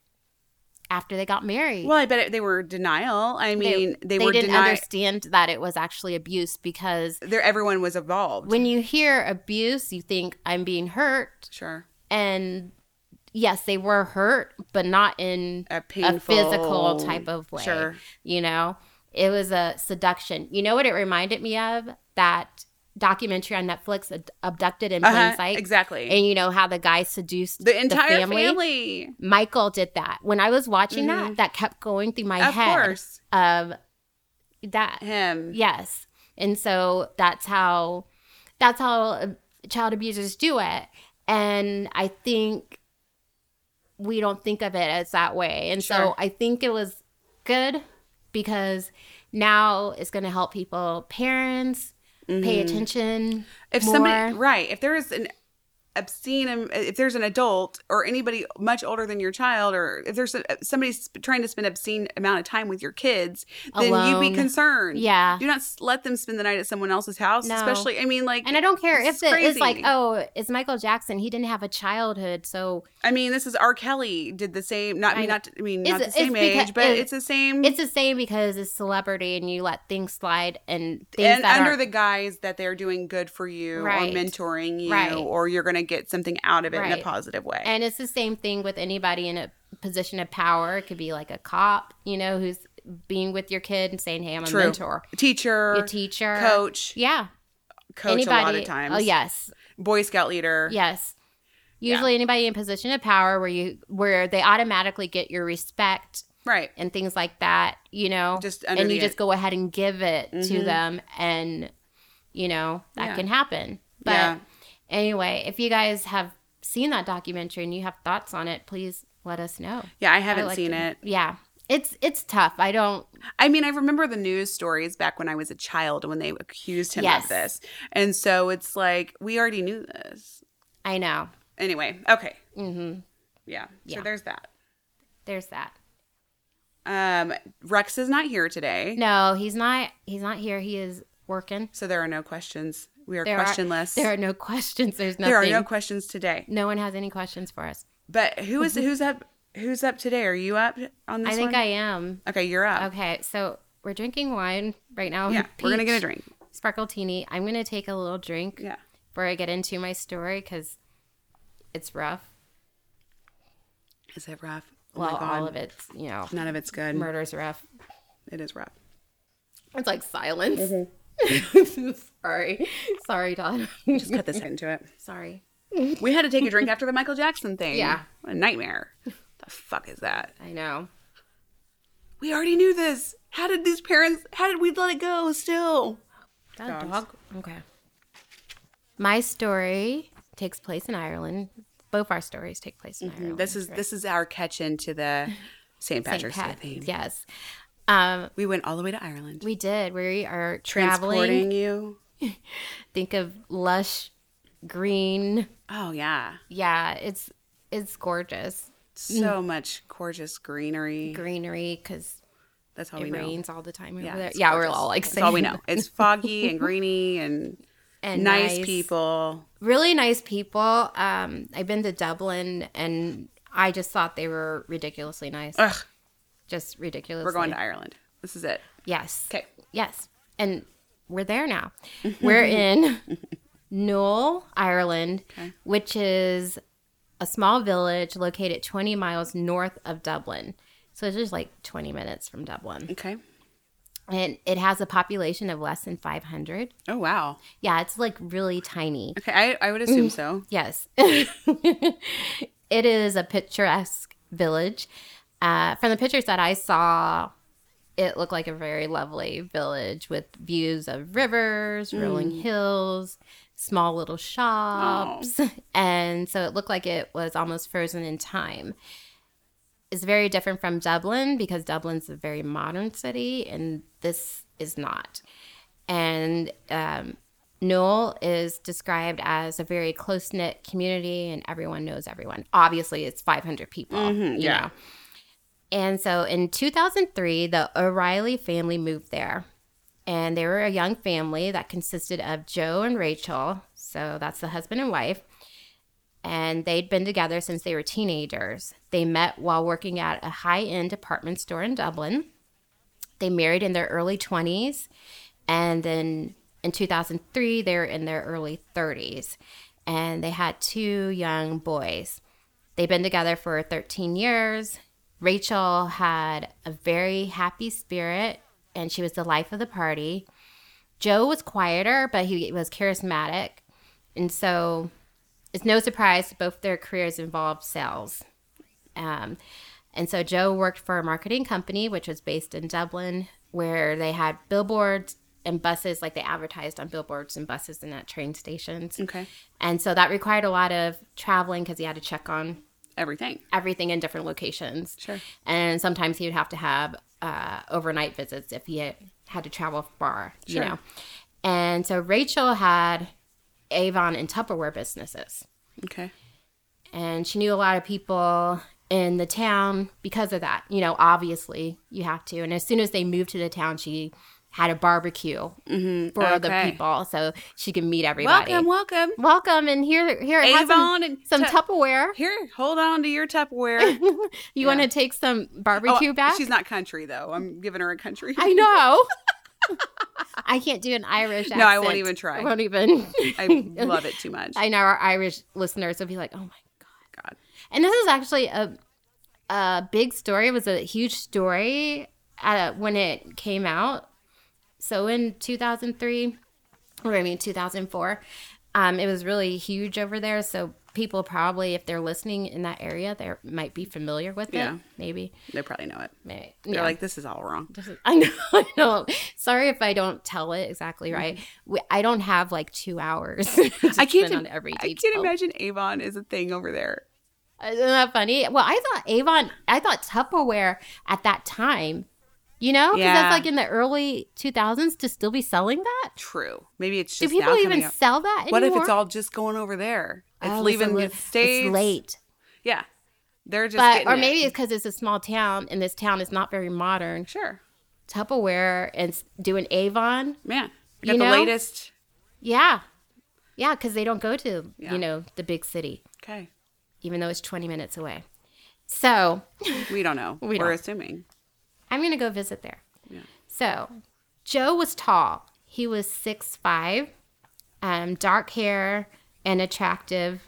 A: after they got married.
B: Well, I bet it, they were denial. I mean, they,
A: they,
B: were
A: didn't
B: denied.
A: understand that it was actually abuse because
B: There, everyone was involved.
A: when you hear abuse, you think I'm being hurt.
B: sure,
A: And yes, they were hurt, but not in
B: a painful,
A: a physical type of way.
B: Sure,
A: You know, it was a seduction. You know what it reminded me of? That documentary on Netflix, Ab- Abducted in
B: Uh-huh,
A: Plain Sight.
B: exactly.
A: And you know how the guy seduced
B: the entire
A: family?
B: family,
A: Michael did that. When I was watching
B: Mhm.
A: that, that kept going through my
B: of
A: head
B: course,
A: of that.
B: him.
A: Yes. And so that's how that's how uh, child abusers do it. And I think we don't think of it as that way. And
B: Sure.
A: so I think it was good because now it's going to help people, parents,
B: Mm-hmm.
A: pay attention.
B: if
A: more.
B: somebody right if there is an obscene am- if there's an adult or anybody much older than your child or if there's a, somebody sp- trying to spend obscene amount of time with your kids then you
A: Alone.
B: be concerned
A: Yeah.
B: do not s- let them spend the night at someone else's house
A: No.
B: especially i mean like
A: And I don't care
B: It's
A: if it is like,
B: crazy.
A: oh, it's Michael Jackson. He didn't have a childhood, so
B: i mean this is r kelly did the same not i mean
A: I-
B: not i mean
A: It's-
B: not the
A: it's
B: same
A: because-
B: age but
A: it-
B: it's the same
A: it's the same because it's celebrity and you let things slide and things
B: and
A: that
B: under
A: aren't-
B: the guise that they're doing good for you
A: Right.
B: or mentoring you
A: Right.
B: or you're going to get something out of it in a
A: Right.
B: positive way
A: And it's the same thing with anybody in a position of power. It could be like a cop, you know, who's being with your kid and saying, "Hey, I'm a
B: True.
A: mentor,
B: teacher
A: your teacher,
B: coach
A: yeah,
B: coach
A: anybody."
B: a lot of times
A: Oh yes,
B: Boy Scout leader.
A: yes. Usually, anybody in position of power where you where they automatically get your respect
B: Right.
A: and things like that, you know,
B: Just under
A: and you
B: the-
A: just go ahead and give it to
B: Mhm.
A: them, and you know that
B: Yeah.
A: can happen. But
B: Yeah.
A: anyway, if you guys have seen that documentary and you have thoughts on it, please let us know.
B: Yeah, I haven't
A: liked
B: seen it.
A: Yeah. It's it's tough. I don't
B: I mean, I remember the news stories back when I was a child when they accused him of
A: Yes.
B: this. And so it's like, we already knew this.
A: I know.
B: Anyway, okay.
A: Mhm.
B: Yeah. So
A: Yeah.
B: there's that.
A: There's that.
B: Um, Rex is not here today.
A: No, he's not he's not here. He is working.
B: So there are no questions. We are
A: There are-
B: questionless.
A: There are no questions. There's nothing.
B: There are no questions today.
A: no one has any questions for us.
B: But who is who's up who's up today? Are you up on
A: Mm-hmm.
B: this
A: I think
B: one?
A: I am.
B: Okay, you're up.
A: Okay, so we're drinking wine right now.
B: Yeah, we're gonna get a
A: Peach
B: drink.
A: Sparkle teeny. I'm gonna take a little drink
B: Yeah.
A: before I get into my story because it's rough.
B: Is it rough? Oh my
A: Well,
B: God.
A: all of it's you know,
B: None of it's good.
A: murder's rough.
B: It is rough.
A: It's like silence.
B: Mm-hmm.
A: Sorry. Sorry, Todd.
B: Just cut this into it.
A: Sorry.
B: We had to take a drink after the Michael Jackson thing.
A: Yeah.
B: What a nightmare. The fuck is that?
A: I know.
B: We already knew this. How did these parents, how did we let it go still?
A: That
B: Dogs.
A: dog. Okay. My story takes place in Ireland. Both our stories take place in Ireland.
B: This is this is our catch into the St.
A: Saint
B: Patrick's Day
A: Pat-
B: theme.
A: Yes. Um,
B: We went all the way to Ireland.
A: we did. We are
B: Transporting
A: traveling.
B: you.
A: Think of lush green.
B: Oh yeah.
A: Yeah, it's it's gorgeous
B: So
A: Mm.
B: much gorgeous greenery.
A: greenery because
B: That's all Oh, we
A: it
B: know.
A: rains all the time over
B: Yeah,
A: there.
B: it's
A: Yeah, we're
B: gorgeous.
A: all like
B: That's all we
A: saying-
B: know. It's foggy and greeny and,
A: and
B: nice, people.
A: really nice people. Um, I've been to Dublin and I just thought they were ridiculously nice.
B: Ugh.
A: Just ridiculously.
B: We're going to Ireland. This is it.
A: Yes.
B: Okay.
A: Yes. And we're there now. we're in Knoll, Ireland, which is a small village located 20 miles north of Dublin. So it's just like 20 minutes from Dublin.
B: Okay.
A: And it has a population of less than 500.
B: Oh wow.
A: Yeah, it's like really tiny.
B: Okay. I, I would
A: Mm.
B: assume so.
A: Yes. it is a picturesque village. Uh, from the pictures that I saw, it looked like a very lovely village with views of rivers, rolling hills, small little shops. And so it looked like it was almost frozen in time. It's very different from Dublin because Dublin's a very modern city and this is not. And um, Newell is described as a very close knit community and everyone knows everyone. Obviously, it's 500 people. you
B: yeah.
A: know. And so in 2003, the O'Reilly family moved there. And they were a young family that consisted of Joe and Rachel. So that's the husband and wife. and they'd been together since they were teenagers. They met while working at a high end department store in Dublin. They married in their early 20s, and then in 2003, they were in their early 30s, and they had two young boys. They've been together for 13 years. Rachel had a very happy spirit, and she was the life of the party. Joe was quieter, but he was charismatic. And so it's no surprise both their careers involved sales. Um, and so Joe worked for a marketing company, which was based in Dublin, where they had billboards and buses, like they advertised on billboards and buses and at train stations.
B: Okay.
A: And so that required a lot of traveling because he had to check on
B: Everything.
A: everything in different locations.
B: Sure.
A: And sometimes he would have to have uh, overnight visits if he had, had to travel far,
B: Sure.
A: you know. And so Rachel had Avon and Tupperware businesses.
B: Okay.
A: And she knew a lot of people in the town because of that. You know, obviously you have to. And as soon as they moved to the town, she had a barbecue for other
B: Mm-hmm. okay.
A: people so she could meet everybody.
B: Welcome, welcome.
A: Welcome and here here have some,
B: Avon and
A: some
B: Tu-
A: Tupperware.
B: Here, hold on to your Tupperware.
A: you
B: Yeah.
A: want to take some barbecue
B: Oh,
A: back?
B: She's not country though. I'm giving her a country.
A: I know. I can't do an Irish accent.
B: No, I won't even try.
A: I won't even.
B: I love it too much.
A: I know our Irish listeners will be like, "Oh my
B: God.
A: And this is actually a a big story. It was a huge story uh, when it came out. So in 2003, or I mean 2004, um, it was really huge over there. So people probably, if they're listening in that area, they might be familiar with
B: Yeah.
A: it. Maybe,
B: They probably know it.
A: maybe.
B: They're
A: yeah.
B: like, this is all wrong.
A: I know, I know. Sorry if I don't tell it exactly right. We, I don't have like two hours. to
B: Mm-hmm. I can't.
A: spend on
B: im-
A: every
B: I can't
A: detail.
B: imagine Avon is a thing over there.
A: Isn't that funny? Well, I thought Avon, I thought Tupperware at that time, you know, because
B: Yeah.
A: that's like in the early 2000s to still be selling that.
B: True. Maybe it's
A: Do
B: just
A: people
B: now
A: even
B: coming up.
A: sell that anymore?
B: What if it's all just going over there? It's
A: Oh,
B: leaving
A: a li-
B: the states.
A: It's late,
B: Yeah, they're just.
A: but
B: getting
A: or
B: it.
A: maybe it's because it's a small town and this town is not very modern.
B: sure,
A: Tupperware and s- doing Avon,
B: man. I
A: You
B: got the
A: know?
B: latest.
A: yeah, yeah, because they don't go to
B: Yeah.
A: you know the big city.
B: Okay,
A: even though it's 20 minutes away. So
B: we don't know.
A: We
B: We're
A: don't.
B: assuming.
A: I'm going to go visit there.
B: Yeah.
A: So Joe was tall. He was 6'5, um, dark hair, and attractive.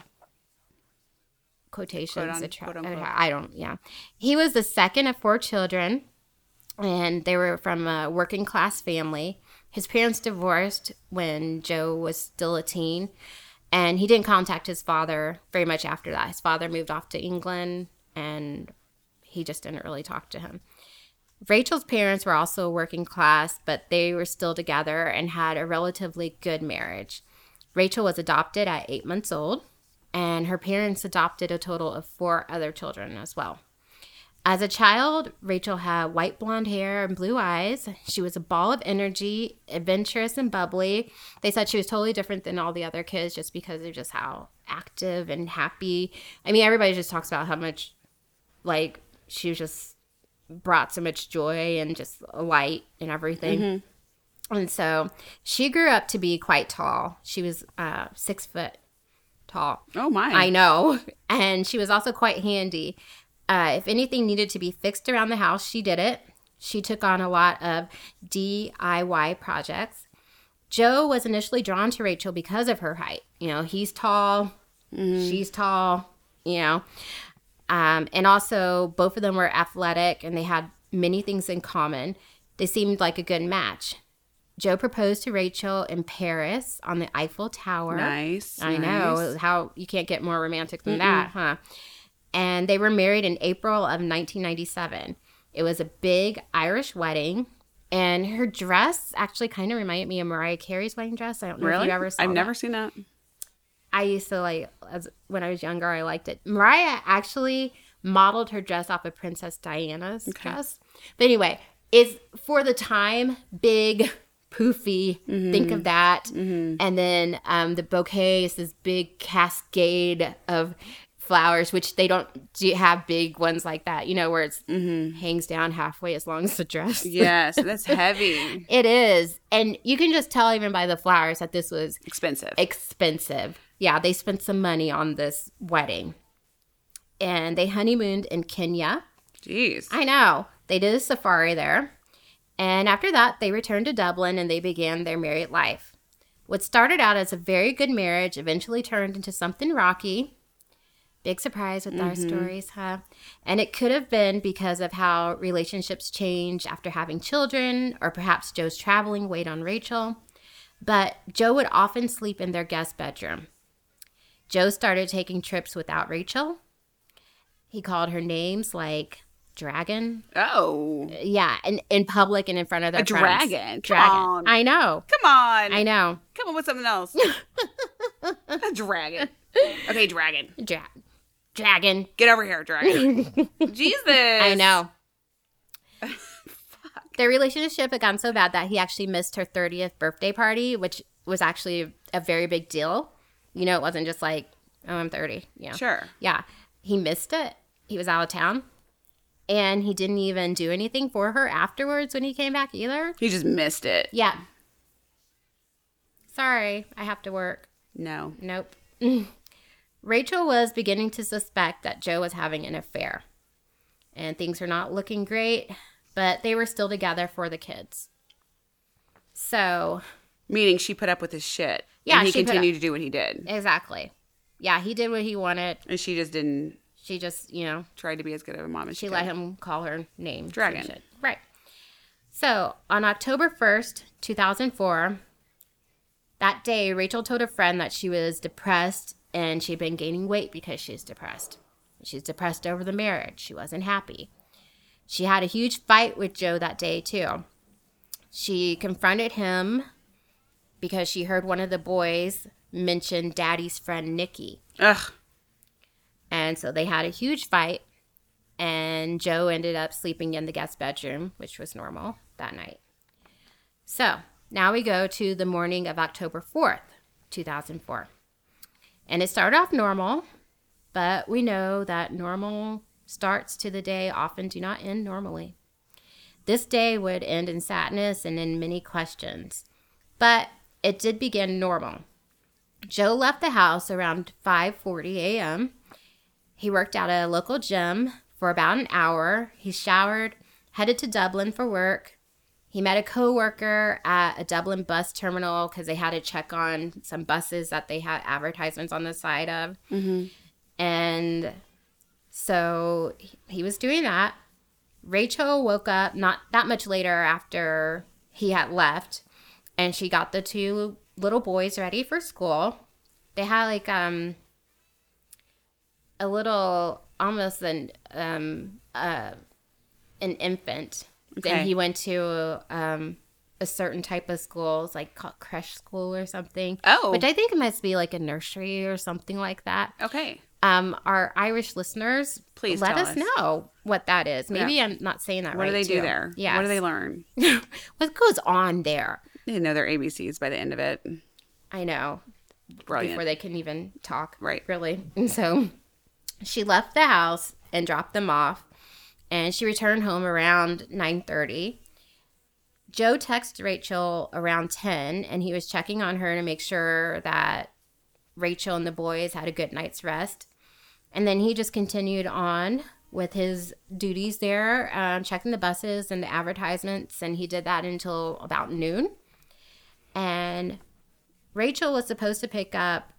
B: Quote
A: Quotations.
B: un-
A: attra-
B: quote unquote.
A: I don't, yeah. He was the second of four children, and they were from a working class family. His parents divorced when Joe was still a teen, and he didn't contact his father very much after that. His father moved off to England, and he just didn't really talk to him. Rachel's parents were also working class, but they were still together and had a relatively good marriage. Rachel was adopted at eight months old, and her parents adopted a total of four other children as well. As a child, Rachel had white blonde hair and blue eyes. She was a ball of energy, adventurous and bubbly. They said she was totally different than all the other kids just because of just how active and happy. I mean, everybody just talks about how much like she was just brought so much joy and just light and everything. And so she grew up to be quite tall. She was uh, six foot tall.
B: Oh my!
A: I know. And she was also quite handy. Uh, if anything needed to be fixed around the house, she did it. She took on a lot of DIY projects. Joe was initially drawn to Rachel because of her height. You know, he's tall, she's tall, you know. Um, and also, both of them were athletic and they had many things in common. They seemed like a good match. Joe proposed to Rachel in Paris on the Eiffel Tower.
B: Nice.
A: I
B: nice.
A: know how you can't get more romantic than that, huh? And they were married in April of 1997. It was a big Irish wedding, and her dress actually kind of reminded me of Mariah Carey's wedding dress. I don't know if
B: Really?
A: you ever saw.
B: I've
A: that.
B: never seen that.
A: I used to like as when I was younger. I liked it. Mariah actually modeled her dress off of Princess Diana's
B: Okay.
A: dress. But anyway, it's for the time big, poofy. Think of that, and then um, the bouquet is this big cascade of flowers, which they don't do have big ones like that. You know, where it's hangs down halfway as long as the dress.
B: Yes, that's heavy.
A: It is, and you can just tell even by the flowers that this was
B: Expensive.
A: expensive. yeah, they spent some money on this wedding. And they honeymooned in Kenya.
B: Jeez.
A: I know. They did a safari there. And after that, they returned to Dublin and they began their married life. What started out as a very good marriage eventually turned into something rocky. Big surprise with our stories, huh? And it could have been because of how relationships change after having children, or perhaps Joe's traveling weighed on Rachel. But Joe would often sleep in their guest bedroom. Joe started taking trips without Rachel. He called her names like dragon.
B: oh.
A: Yeah, and in public and in front of their
B: A
A: friends.
B: dragon. Come
A: Dragon.
B: on.
A: I know.
B: Come on.
A: I know.
B: Come on with something else. a dragon. Okay, dragon.
A: Dra- dragon.
B: Get over here, dragon. Jesus. I
A: I know. Their relationship had gotten so bad that he actually missed her 30th birthday party, which was actually a very big deal. You know, it wasn't just like, oh, I'm 30. Yeah.
B: Sure.
A: Yeah. He missed it. He was out of town. And he didn't even do anything for her afterwards when he came back either.
B: He just missed it.
A: Yeah. Sorry, I have to work.
B: No.
A: Nope. Rachel was beginning to suspect that Joe was having an affair. And things were not looking great, but they were still together for the kids. So,
B: Meaning she put up with his shit.
A: Yeah,
B: And he
A: she put
B: continued to do what he did.
A: exactly. Yeah, he did what he wanted.
B: And she just didn't
A: She just, you know,
B: try to be as good of a mom as she,
A: she let him call her name. and
B: Dragon.
A: shit. Right. So, on October 1st, 2004, that day, Rachel told a friend that she was depressed and she'd been gaining weight because she's depressed. She's depressed over the marriage. She wasn't happy. She had a huge fight with Joe that day, too. She confronted him because she heard one of the boys mention daddy's friend, Nikki.
B: Ugh.
A: And so they had a huge fight, and Joe ended up sleeping in the guest bedroom, which was normal that night. So now we go to the morning of October 4th, 2004. And it started off normal, but we know that normal starts to the day often do not end normally. This day would end in sadness and in many questions, but it did begin normal. Joe left the house around 5:40 a.m. He worked out at a local gym for about an hour. He showered, headed to Dublin for work. He met a coworker at a Dublin bus terminal because they had to check on some buses that they had advertisements on the side of. And so he- he was doing that. Rachel woke up not that much later after he had left, and she got the two little boys ready for school. They had like um a little almost an um uh an infant.
B: Okay.
A: Then he went to um a certain type of school, it's like called creche school or something.
B: Oh.
A: which I think must be like a nursery or something like that
B: Okay.
A: um, our Irish listeners,
B: Please
A: let
B: tell
A: us
B: us.
A: know what that is. Maybe I'm not saying that
B: What
A: right.
B: do they do
A: too.
B: there?
A: Yeah.
B: What do they learn?
A: they? what goes on there?
B: They know their ABCs by the end of it.
A: I know
B: Brilliant.
A: before they can even talk.
B: Right.
A: Really. And so she left the house and dropped them off, and she returned home around nine thirty. Joe texted Rachel around ten, and he was checking on her to make sure that Rachel and the boys had a good night's rest. And then he just continued on with his duties there, um, checking the buses and the advertisements. And he did that until about noon. And Rachel was supposed to pick up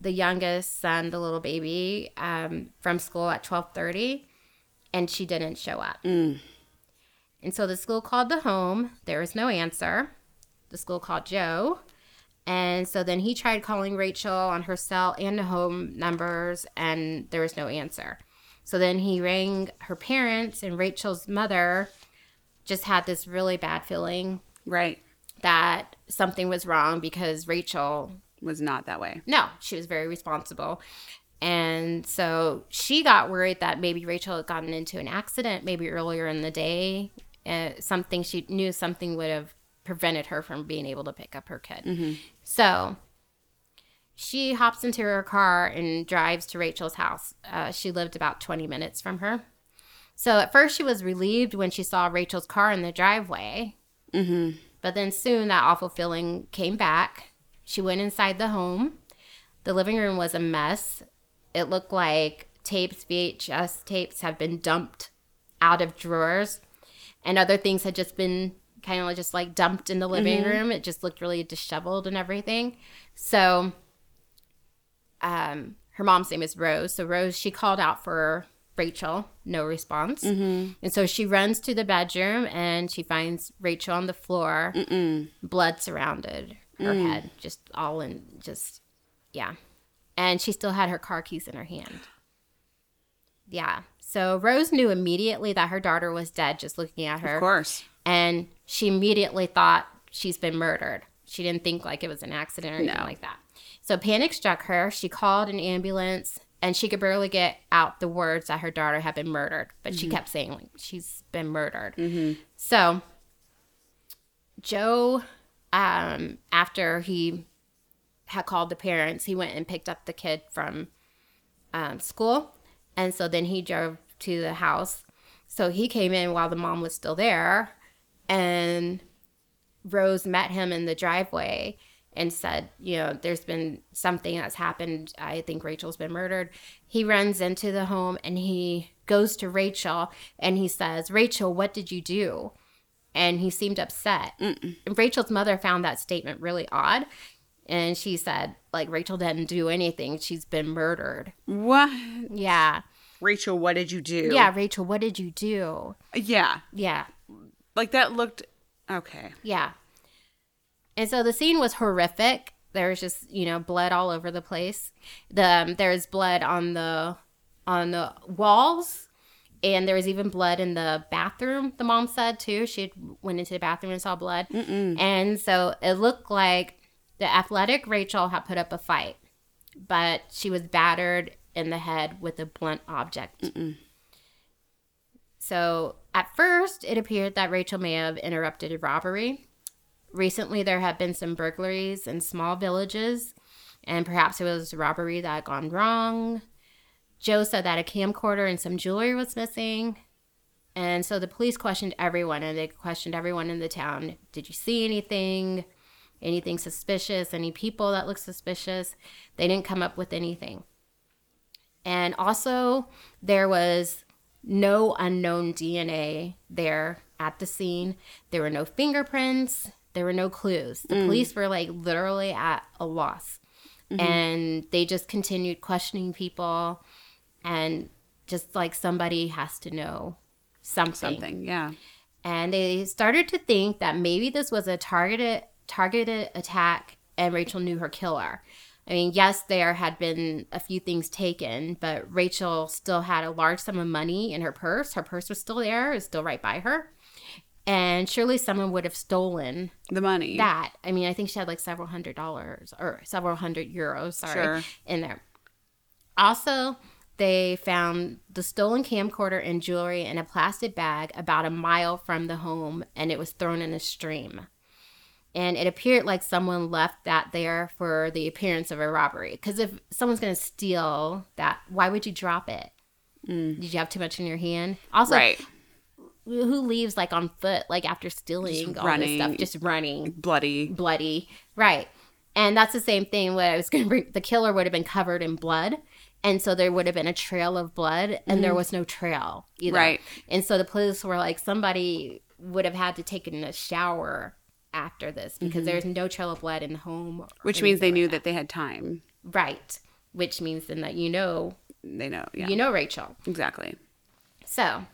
A: the youngest son, the little baby, um, from school at twelve thirty, and she didn't show up. And so the school called the home. There was no answer. The school called Joe. And so then he tried calling Rachel on her cell and the home numbers, and there was no answer. So then he rang her parents, and Rachel's mother just had this really bad feeling
B: right.
A: that something was wrong because Rachel,
B: Was not that way.
A: no, she was very responsible. And so she got worried that maybe Rachel had gotten into an accident maybe earlier in the day. Uh, something she knew something would have prevented her from being able to pick up her kid. So she hops into her car and drives to Rachel's house. Uh, she lived about 20 minutes from her. So at first she was relieved when she saw Rachel's car in the driveway. But then soon that awful feeling came back. She went inside the home. The living room was a mess. It looked like tapes, VHS tapes, have been dumped out of drawers, and other things had just been kind of just like dumped in the living room. It just looked really disheveled and everything. So, um, her mom's name is Rose. So Rose, she called out for Rachel, no response, and so she runs to the bedroom and she finds Rachel on the floor, blood surrounded her head, just all in, just yeah, and she still had her car keys in her hand. Yeah. So Rose knew immediately that her daughter was dead just looking at her
B: Of course.
A: and she immediately thought she's been murdered. She didn't think like it was an accident or anything
B: No.
A: like that. So panic struck her. She called an ambulance and she could barely get out the words that her daughter had been murdered, but she kept saying like she's been murdered. So Joe um after he had called the parents, he went and picked up the kid from um, school. And so then he drove to the house. So he came in while the mom was still there. And Rose met him in the driveway and said, You know, there's been something that's happened. I think Rachel's been murdered. He runs into the home and he goes to Rachel and he says, Rachel, what did you do? And he seemed upset. And Rachel's mother found that statement really odd. And she said, like, Rachel didn't do anything. She's been murdered.
B: What?
A: Yeah.
B: Rachel, what did you do?
A: Yeah, Rachel, what did you do?
B: Yeah.
A: Yeah.
B: Like that looked okay.
A: Yeah. And so the scene was horrific. There was just, you know, blood all over the place. The um, there was blood on the on the walls and there was even blood in the bathroom. The mom said too. She had went into the bathroom and saw blood. And so it looked like the athletic Rachel had put up a fight, but she was battered in the head with a blunt object. So at first, it appeared that Rachel may have interrupted a robbery. Recently, there have been some burglaries in small villages, and perhaps it was a robbery that had gone wrong. Joe said that a camcorder and some jewelry was missing. And so the police questioned everyone, and they questioned everyone in the town. Did you see anything? Anything suspicious? Any people that looked suspicious? They didn't come up with anything. And also, there was no unknown DNA there at the scene. There were no fingerprints. There were no clues. The police were like literally at a loss. And they just continued questioning people. And just like somebody has to know something.
B: Something. Yeah.
A: And they started to think that maybe this was a targeted targeted attack and Rachel knew her killer. I mean, yes, there had been a few things taken, but Rachel still had a large sum of money in her purse. Her purse was still there, it was still right by her. And surely someone would have stolen
B: The money.
A: that. I mean, I think she had like several hundred dollars or several hundred euros, sorry,
B: Sure.
A: in there. Also, they found the stolen camcorder and jewelry in a plastic bag about a mile from the home, and it was thrown in a stream. And it appeared like someone left that there for the appearance of a robbery. Because if someone's going to steal that, why would you drop it? Did you have too much in your hand? Also,
B: Mm. Right.
A: who leaves like on foot, like after stealing all
B: running.
A: this stuff, just running?
B: Bloody.
A: bloody. Right. And that's the same thing what I was going to bring. The killer would have been covered in blood. And so there would have been a trail of blood, and there was no trail either.
B: Mm-hmm. Right.
A: And so the police were like, somebody would have had to take in a shower after this because there's no trail of blood in the home. or
B: Mm-hmm. Which means they
A: anything
B: knew
A: like
B: that they had time.
A: that. Right. Which means then that you know,
B: They know. Yeah.
A: you know Rachel.
B: Exactly.
A: So,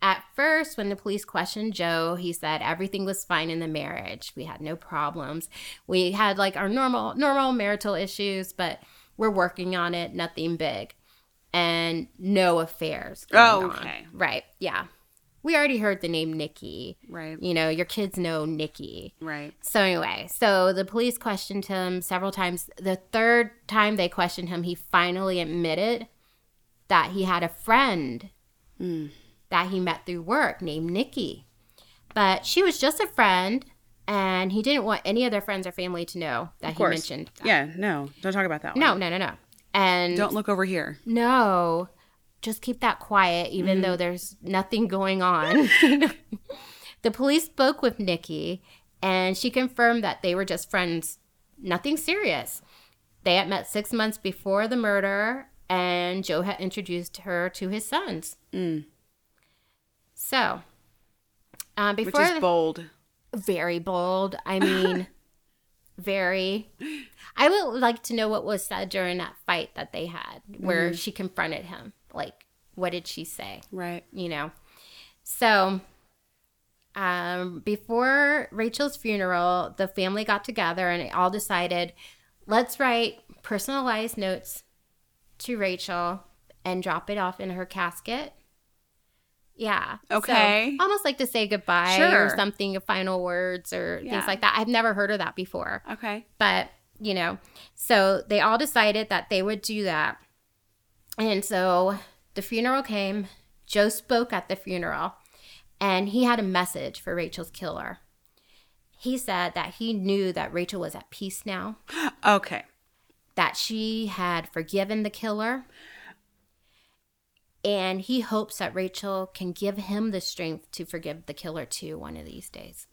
A: at first, when the police questioned Joe, he said everything was fine in the marriage. We had no problems. We had like our normal normal marital issues, but we're working on it. Nothing big, and no affairs. Going
B: Oh,
A: on.
B: okay.
A: right, yeah. We already heard the name Nikki.
B: Right.
A: You know, your kids know Nikki.
B: Right.
A: So anyway, so the police questioned him several times. The third time they questioned him, he finally admitted that he had a friend
B: Hmm.
A: that he met through work named Nikki. But she was just a friend and he didn't want any of their friends or family to know that he
B: course.
A: mentioned. that.
B: Yeah. No. Don't talk about that one.
A: No, no, no, no. And
B: Don't look over here.
A: no, just keep that quiet,
B: Mm-hmm.
A: even though there's nothing going on. the police spoke with Nikki and she confirmed that they were just friends, nothing serious. They had met six months before the murder, and Joe had introduced her to his sons.
B: Mm.
A: So, um,
B: which
A: before
B: is bold.
A: very bold. I mean, very. I would like to know what was said during that fight that they had, where she confronted him. Like, what did she say?
B: Right.
A: you know. So, um, before Rachel's funeral, the family got together and they all decided let's write personalized notes to Rachel and drop it off in her casket. Yeah. So,
B: Okay.
A: almost like to say goodbye or
B: Sure.
A: something, final words or
B: Yeah.
A: things like that. I've never heard of that before
B: Okay.
A: but you know so they all decided that they would do that and so the funeral came joe spoke at the funeral and he had a message for rachel's killer he said that he knew that rachel was at peace now
B: Okay.
A: that she had forgiven the killer and he hopes that rachel can give him the strength to forgive the killer too one of these days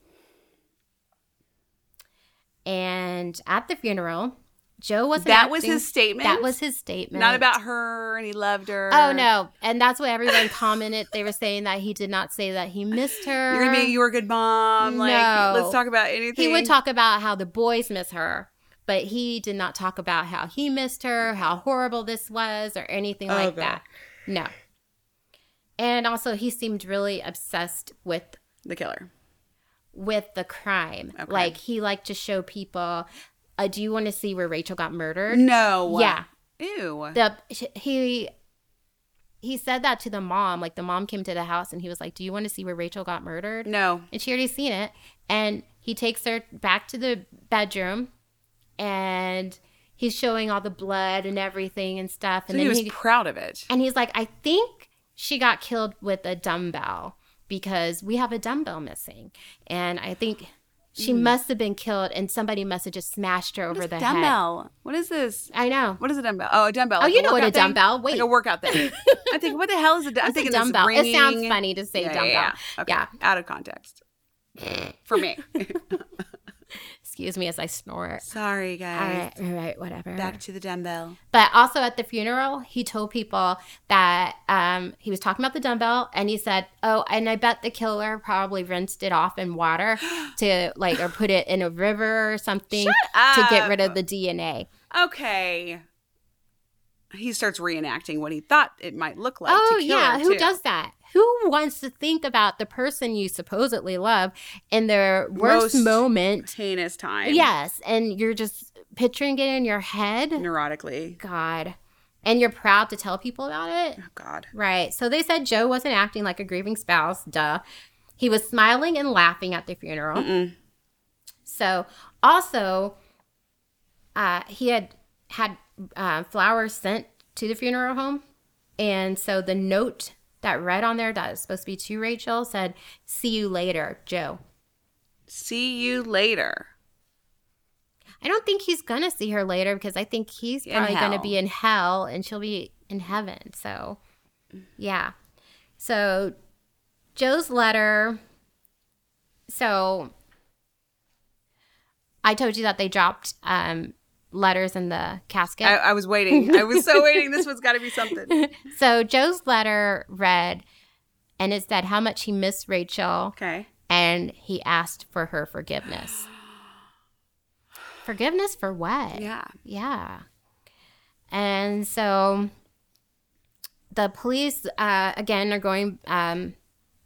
A: and at the funeral joe wasn't
B: That was
A: acting-
B: his statement?
A: that was his statement
B: Not about her and he loved her.
A: oh no and that's what everyone commented they were saying that he did not say that he missed her
B: You're gonna be you were a good mom. Like
A: No.
B: let's talk about anything.
A: He would talk about how the boys miss her, but he did not talk about how he missed her, how horrible this was, or anything
B: Oh,
A: like
B: God.
A: that. No. And also, he seemed really obsessed with
B: the killer.
A: with the crime.
B: Okay.
A: Like he liked to show people. Uh, do you want to see where Rachel got murdered?
B: No.
A: Yeah.
B: Ew.
A: The he he said that to the mom. Like the mom came to the house and he was like, "Do you want to see where Rachel got murdered?"
B: no.
A: and she already seen it. And he takes her back to the bedroom, and he's showing all the blood and everything and stuff. And
B: So
A: then
B: he was
A: he,
B: proud of it.
A: and he's like, I think she got killed with a dumbbell because we have a dumbbell missing, and I think she must have been killed, and somebody must have just smashed her over
B: Mm. What is
A: the head.
B: dumbbell? What is this?
A: I know.
B: What is a dumbbell? Oh, a dumbbell.
A: Oh,
B: like
A: you
B: a
A: know what a
B: workout thing?
A: dumbbell-
B: Like
A: wait.
B: a workout thing. I think what the hell is a dumbbell?
A: It's
B: I'm
A: a
B: thinking
A: dumbbell.
B: It's
A: It sounds
B: ringing.
A: funny to say
B: Yeah,
A: dumbbell.
B: Yeah, yeah. Okay.
A: Yeah.
B: Out of context. For me.
A: Excuse me as I snort.
B: Sorry,
A: All right,
B: guys.
A: all right, whatever.
B: Back to the dumbbell.
A: But also at the funeral, he told people that um, he was talking about the dumbbell, and he said, "Oh, and I bet the killer probably rinsed it off in water to like, or put it in a river or something to get rid of the DNA."
B: Okay. He starts reenacting what he thought it might look like.
A: oh
B: to kill
A: yeah,
B: her,
A: who
B: too.
A: does that? Who wants to think about the person you supposedly love in their worst
B: Most-
A: moment?
B: heinous time?
A: Yes, and you're just picturing it in your head.
B: Neurotically.
A: God, and you're proud to tell people about it.
B: Oh, God.
A: Right. So they said Joe wasn't acting like a grieving spouse. Duh. He was smiling and laughing at the funeral.
B: Mm-mm.
A: So also, uh, he had had uh, flowers sent to the funeral home, and so the note that read on there that was supposed to be to Rachel said, "See you later, Joe."
B: See you later.
A: I don't think he's gonna see her later because I think he's
B: In
A: probably gonna
B: hell.
A: be in hell and she'll be in heaven. So, yeah. So, Joe's letter. So, I told you that they dropped um, letters in the casket.
B: I, I was waiting. I was so waiting. This one's got to be something.
A: so, Joe's letter read, and it said how much he missed Rachel
B: Okay.
A: and he asked for her forgiveness. forgiveness for what?
B: Yeah.
A: Yeah. And so the police, uh, again, are going, um,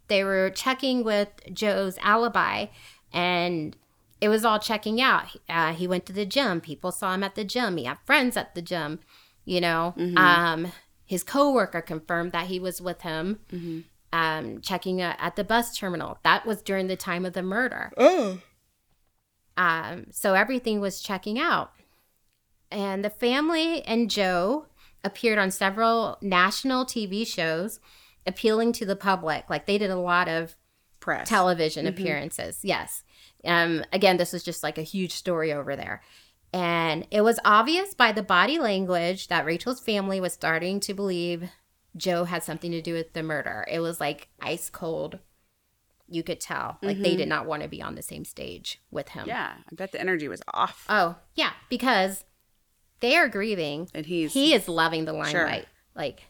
A: they were checking with Joe's alibi and it was all checking out. Uh, he went to the gym. People saw him at the gym. He had friends at the gym, you know. Um, his coworker confirmed that he was with him,
B: Mm-hmm.
A: um, checking uh, at the bus terminal. That was during the time of the murder.
B: Oh.
A: Um, so everything was checking out. And the family and Joe appeared on several national TV shows appealing to the public. Like they did a lot of
B: Press.
A: television appearances. Yes. Um, again, this was just like a huge story over there. And it was obvious by the body language that Rachel's family was starting to believe Joe had something to do with the murder. It was like ice cold. You could tell. Like they did not want to be on the same stage with him. Uh,
B: Yeah. I bet the energy was off.
A: Oh, yeah, because They are grieving.
B: And he's
A: He is loving the limelight, like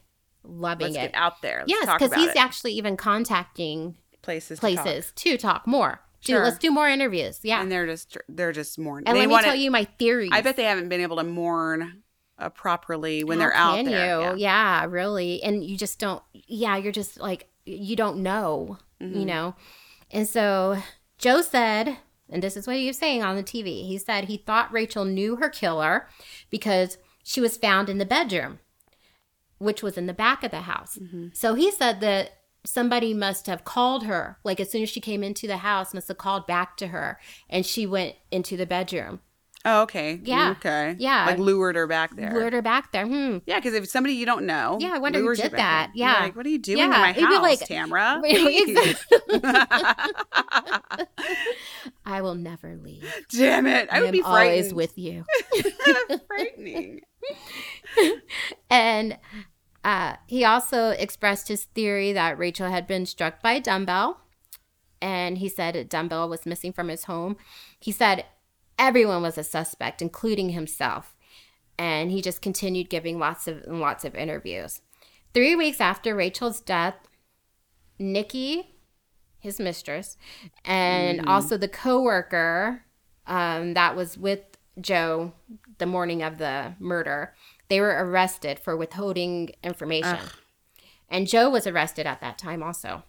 A: loving
B: let's
A: it.
B: get out there. Let's
A: yes,
B: talk
A: because
B: about
A: he's
B: it.
A: actually even contacting
B: places to talk.
A: places to talk more. Do-
B: Sure.
A: let's do more interviews. Yeah.
B: and they're just they're just mourning.
A: And
B: they
A: let me
B: wanna-
A: tell you my theory.
B: I bet they haven't been able to mourn uh, properly when
A: How
B: they're out
A: can
B: there.
A: You?
B: Yeah.
A: Yeah. really. And you just don't, yeah, you're just like, you don't know,
B: Mm-hmm.
A: you know? And so Joe said, and this is what he was saying on the TV he said he thought Rachel knew her killer because she was found in the bedroom, which was in the back of the house.
B: Mm-hmm.
A: So he said that somebody must have called her, like as soon as she came into the house, must have called back to her, and she went into the bedroom.
B: Oh, okay.
A: Yeah.
B: Okay.
A: Yeah.
B: Like lured her back there.
A: Lured her back there. Hmm.
B: Yeah, because if somebody you don't know,
A: Yeah, I wonder who
B: lures you
A: did
B: back
A: that.
B: in, you're
A: Yeah.
B: like what are you doing
A: Yeah,
B: in
A: it'd
B: my
A: be
B: house,
A: like-
B: Tamra?
A: I will never leave.
B: Damn it! I,
A: I,
B: would
A: am
B: be
A: always
B: frightened.
A: with you.
B: frightening.
A: And uh, he also expressed his theory that Rachel had been struck by a dumbbell. And he said a dumbbell was missing from his home. He said everyone was a suspect, including himself. And he just continued giving lots of and lots of interviews. Three weeks after Rachel's death, Nikki, his mistress, and
B: Mm.
A: also the coworker um, that was with Joe the morning of the murder, they were arrested for withholding information. And Joe was arrested at that time also.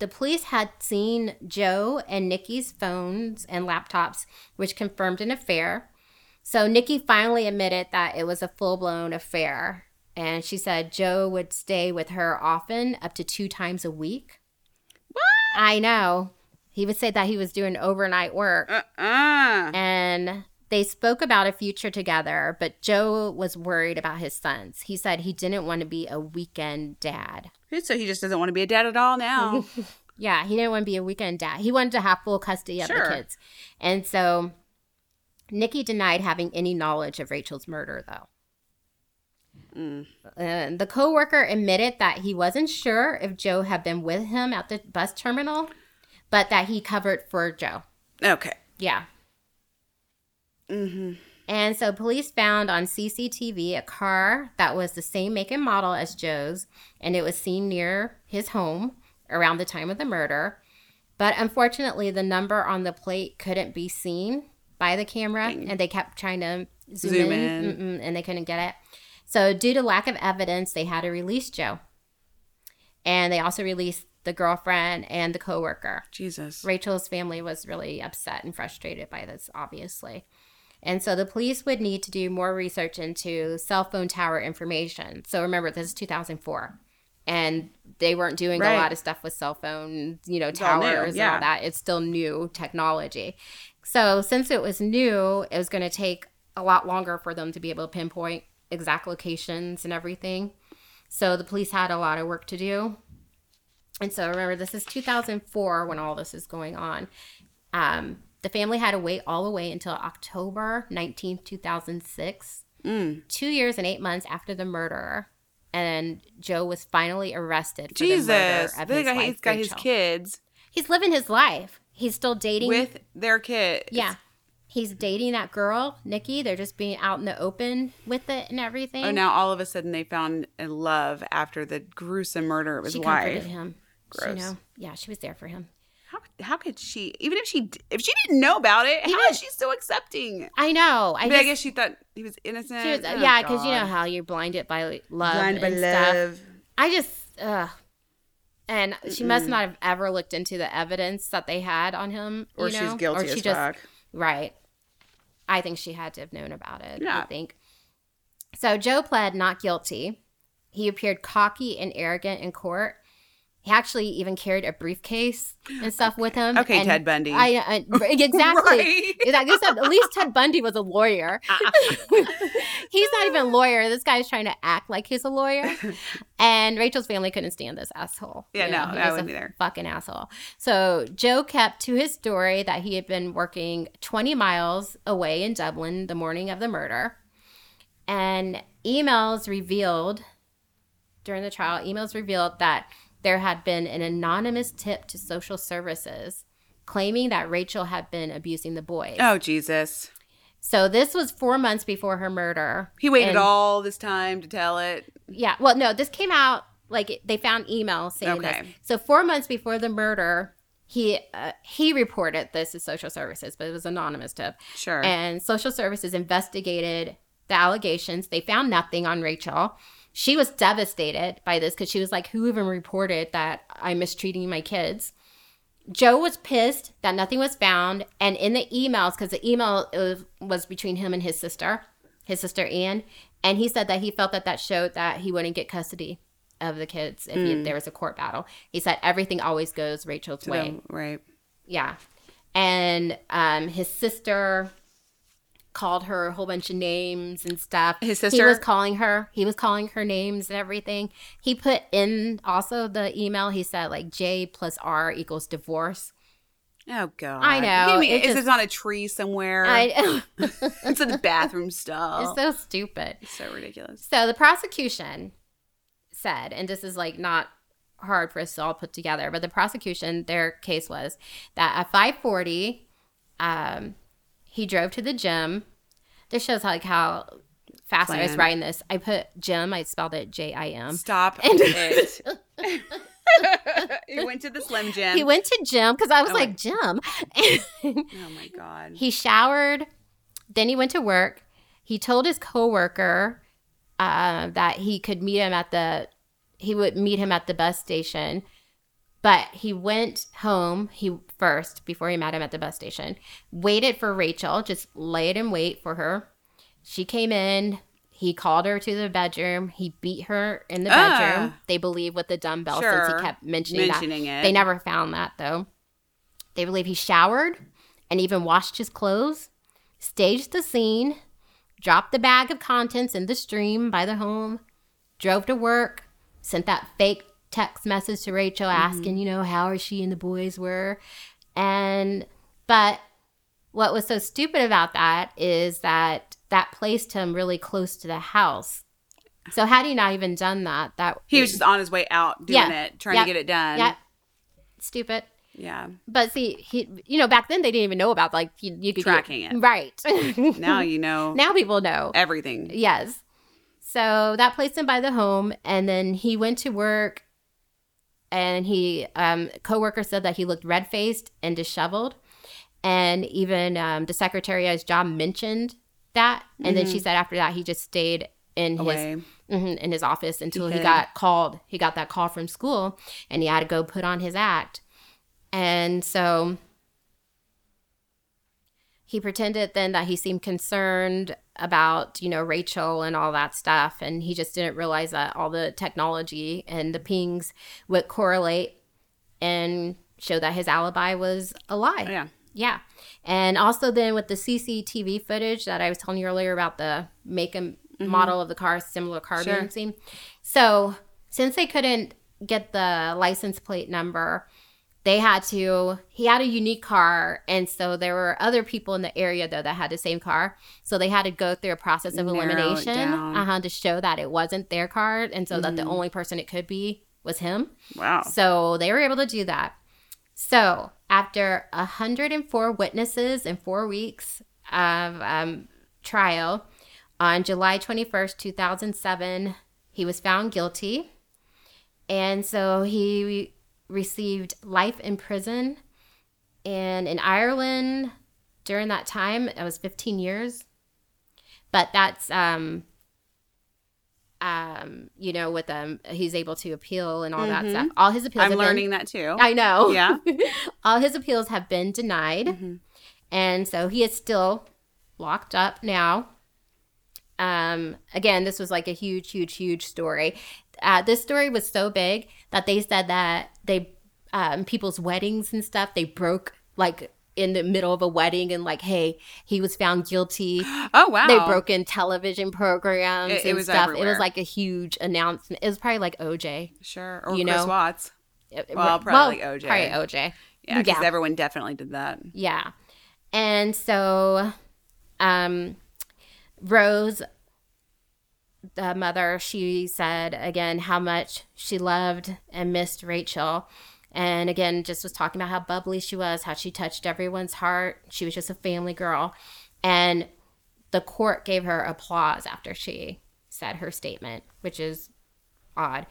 A: The police had seen Joe and Nikki's phones and laptops, which confirmed an affair. So Nikki finally admitted that it was a full blown affair. And she said Joe would stay with her often, up to two times a week. What? I know. He would say that he was doing overnight work
B: Uh-uh.
A: and they spoke about a future together, but Joe was worried about his sons. He said he didn't want to be a weekend dad.
B: So he just doesn't want to be a dad at all now.
A: Yeah, he didn't want to be a weekend dad. He wanted to have full custody of
B: Sure.
A: the kids. And so Nikki denied having any knowledge of Rachel's murder, though.
B: Mm.
A: Uh, the coworker admitted that he wasn't sure if Joe had been with him at the bus terminal, but that he covered for Joe.
B: Okay.
A: Yeah.
B: Mm-hmm.
A: And so police found on CCTV a car that was the same make and model as Joe's, and it was seen near his home around the time of the murder. But unfortunately, the number on the plate couldn't be seen by the camera,
B: Dang.
A: and they kept trying to zoom,
B: Zoom
A: in, Mm-mm, and they couldn't get it. So, due to lack of evidence, they had to release Joe. And they also released the girlfriend and the coworker.
B: Jesus.
A: Rachel's family was really upset and frustrated by this, obviously. And so the police would need to do more research into cell phone tower information. So remember, this is 2004. And they weren't doing
B: Right.
A: a lot of stuff with cell phone, you know,
B: all new,
A: towers and
B: yeah.
A: all that. It's still new technology. So since it was new, it was going to take a lot longer for them to be able to pinpoint exact locations and everything. So the police had a lot of work to do. And so remember, this is 2004 when all this is going on. Um, the family had to wait all the way until October 19, 2006,
B: Mm.
A: two years and eight months after the murder. And Joe was finally arrested for the murder
B: Jesus.
A: of
B: They
A: his
B: got-
A: wife,
B: he's got his
A: Rachel.
B: kids
A: He's living his life. He's still dating.
B: with their kids.
A: yeah. He's dating that girl, Nikki. They're just being out in the open with it and everything.
B: Oh, now all of a sudden they found a love after the gruesome murder of his
A: she comforted
B: wife.
A: him. She,
B: Gross.
A: know- yeah, she was there for him.
B: How, how could she? Even if she d- if she didn't know about it, how
A: Even-
B: is she so accepting?
A: I know. I
B: I,
A: just,
B: I guess she thought he was innocent.
A: She was,
B: Oh,
A: yeah, because you know
B: God.
A: how you're blinded by like, love
B: Blinded by
A: and stuff.
B: love.
A: I just, ugh. And she must not have ever looked into the evidence that they had on him,
B: Or
A: you know?
B: she's guilty as fuck.
A: Right. I think she had to have known about it.
B: Yeah.
A: I think. So Joe pled not guilty. He appeared cocky and arrogant in court. He actually even carried a briefcase and stuff with him.
B: Okay,
A: and
B: Ted Bundy.
A: I, I- exactly.
B: Right.
A: Exactly. So at least Ted Bundy was a lawyer.
B: Ah.
A: he's not even a lawyer. This guy's trying to act like he's a lawyer. And Rachel's family couldn't stand this asshole.
B: Yeah, no,
A: he
B: I
A: was
B: wouldn't
A: a
B: either.
A: Fucking asshole. So Joe kept to his story that he had been working 20 miles away in Dublin the morning of the murder. And emails revealed during the trial, emails revealed that there had been an anonymous tip to social services claiming that Rachel had been abusing the boys.
B: Oh Jesus.
A: So this was four months before her murder.
B: He waited
A: And-
B: all this time to tell it.
A: Yeah. Well, no, this came out like it- they found email saying this.
B: Okay.
A: So four months before the murder, he uh, he reported this to social services, but it was anonymous tip.
B: Sure.
A: And social services investigated the allegations. They found nothing on Rachel. She was devastated by this because she was like, "Who even reported that I'm mistreating my kids?" Joe was pissed that nothing was found, and in the emails, because the email uh, was between him and his sister, his sister Ann, and he said that he felt that that showed that he wouldn't get custody of the kids if he, there was a court battle. He said everything always goes Rachel's
B: So,
A: way.
B: right.
A: Yeah. And um, his sister called her a whole bunch of names and stuff.
B: His
A: He
B: sister?
A: was calling her. He was calling her names and everything. He put in also the email, he said like J plus R equals divorce.
B: Oh God.
A: I know,
B: Give me,
A: it
B: is
A: just-
B: this on a tree somewhere?
A: I, it's
B: it's in the bathroom stall.
A: so stupid.
B: so ridiculous.
A: So the prosecution said, and this is like not hard for us to all put together, but the prosecution, their case was that at 540, um, he drove to the gym. This shows like how fast I was
B: Plan.
A: writing this. I put Jim, I spelled it J I M.
B: Stop it. he went to the Slim Jim.
A: He went to gym because I was
B: I
A: like, Jim.
B: Oh my God.
A: He showered, then he went to work. He told his coworker uh, that he could meet him at the he would meet him at the bus station, but he went home he first before he met him at the bus station. Waited for Rachel, just laid in wait for her. She came in. He called her to the bedroom. He beat her in the bedroom.
B: Ah.
A: They believe with the dumbbell since
B: Sure.
A: he kept mentioning, that.
B: mentioning it.
A: They never found that though. They believe he showered and even washed his clothes, staged the scene, dropped the bag of contents in the stream by the home, drove to work, sent that fake text message to Rachel
B: Mm-hmm.
A: asking, you know, how are she and the boys were. And, but what was so stupid about that is that that placed him really close to the house. So had he not even done that, that
B: He was just on his way out doing
A: Yeah.
B: it, trying
A: Yep.
B: to get it done.
A: yeah, stupid.
B: Yeah.
A: But see, he, you know, back then they didn't even know about like you, you could do-
B: Tracking it.
A: right?
B: Now you know
A: now people know.
B: everything.
A: Yes. So that placed him by the home, and then he went to work. And he, um, coworker said that he looked red faced and disheveled, and even um, the secretary at his job mentioned that. And then she said after that he just stayed in his
B: Mm-hmm. Away.
A: mhm, in his office until he
B: hid.
A: got called. He got that call from school and he had to go put on his act. And so he pretended then that he seemed concerned about, you know, Rachel and all that stuff. And he just didn't realize that all the technology and the pings would correlate and show that his alibi was a lie.
B: Yeah.
A: Yeah. And also then with the CCTV footage that I was telling you earlier about the make and model of the car, similar car
B: Mm-hmm. Sure.
A: being seen. So since they couldn't get the license plate number, they had to he had a unique car and so there were other people in the area though that had the same car so they had to go through a process of
B: Narrow it
A: elimination
B: down. Mm-hmm.
A: uh-huh, to show that it wasn't their car and so that the only person it could be was him
B: Wow.
A: so they were able to do that. So after 104 witnesses in four weeks of um, trial, on July 21st, 2007, he was found guilty. And so he received life in prison. And in Ireland, during that time, it was 15 years. But that's um, um, you know, with um, he's able to appeal and all that stuff. All his appeals.
B: Mm-hmm. I'm
A: have been-
B: learning that too.
A: I know.
B: Yeah.
A: all his appeals have been denied,
B: Mm-hmm.
A: and so he is still locked up now. Um, again, this was like a huge, huge, huge story. Uh, this story was so big that they said that they um, people's weddings and stuff they broke like in the middle of a wedding and like, hey, he was found guilty
B: Oh wow.
A: they broke in television programs
B: It- it
A: and
B: was
A: stuff. It was
B: everywhere.
A: like a huge announcement. It was probably like OJ.
B: Sure. Or
A: you
B: Chris
A: know.
B: Watts.
A: It- it-
B: Well, probably OJ.
A: Probably OJ.
B: Yeah, because
A: Yeah.
B: everyone definitely did that.
A: Yeah. And so um Rose the mother, she said again how much she loved and missed Rachel. And again, just was talking about how bubbly she was, how she touched everyone's heart. She was just a family girl. And the court gave her applause after she said her statement, which is odd.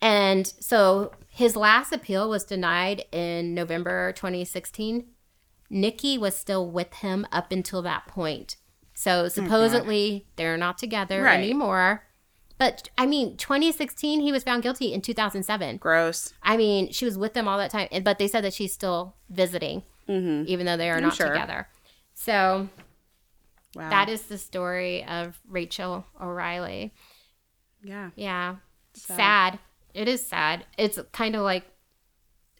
A: And so his last appeal was denied in November 2016. Nikki was still with him up until that point. So supposedly they're not together
B: Oh Right.
A: anymore. But I mean, 2016, he was found guilty in 2007.
B: Gross.
A: I mean, she was with them all that time, and- but they said that she's still visiting,
B: Mm-hmm.
A: even though they are
B: I'm
A: not
B: sure.
A: together. So
B: Wow.
A: that is the story of Rachel O'Reilly.
B: yeah.
A: Yeah.
B: Sad.
A: Sad. It is sad. It's kind of like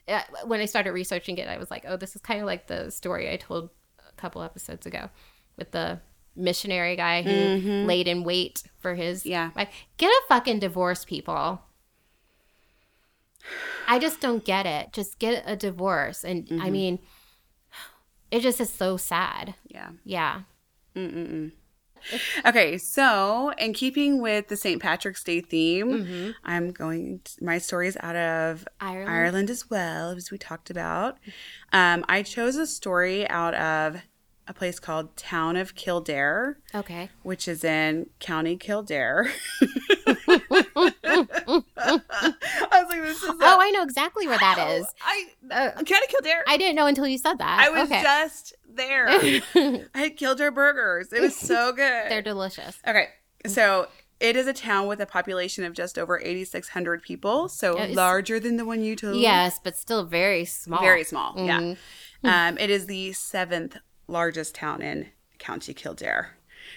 A: uh, when I started researching it, I was like, oh, this is kind of like the story I told a couple episodes ago with the missionary guy who
B: Mhm.
A: laid in wait for his
B: Yeah.
A: wife. Get a fucking divorce, people. I just don't get it. Just get a divorce. And I mean, it just is so sad.
B: Yeah.
A: Yeah.
B: Mm-mm-mm. Okay, so in keeping with the St. Patrick's Day theme,
A: Mm-hmm.
B: I'm going. To, my story's out of
A: Ireland.
B: Ireland as well, as we talked about. Um, I chose a story out of a place called Town of Kildare,
A: Okay.
B: which is in County Kildare. I was like, this is. oh,
A: Oh, I know exactly where that is.
B: I
A: Uh,
B: County Kildare.
A: I didn't know until you said that.
B: I was
A: okay.
B: just there. I had Kildare burgers. It was so good.
A: They're delicious.
B: Okay. So it is a town with a population of just over 8,600 people. So
A: It's-
B: larger than the one you told.
A: Yes, but still very small.
B: Mm-hmm. Very small.
A: Mhm.
B: Yeah. Um, it is the seventh largest town in County Kildare.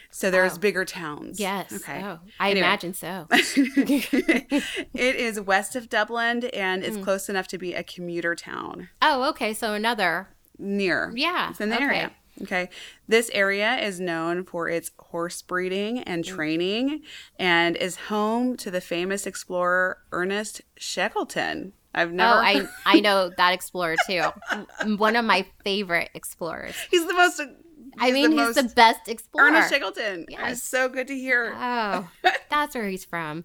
B: So there's
A: Wow.
B: bigger towns.
A: Yes.
B: Okay.
A: Oh, I
B: Anyway.
A: imagine so.
B: it is west of Dublin and
A: Hmm.
B: it's close enough to be a commuter town
A: Oh, okay. So another.
B: near.
A: Yeah,
B: It's in the
A: okay.
B: area. Okay. This area is known for its horse breeding and
A: Mm.
B: training and is home to the famous explorer Ernest Shackleton. I've never
A: Oh, I I know that explorer too. M- One of my favorite explorers.
B: He's the most
A: I mean,
B: the
A: he's
B: most-
A: the best explorer.
B: Ernest Shackleton.
A: Yes.
B: It's so good to hear.
A: oh, that's where he's from.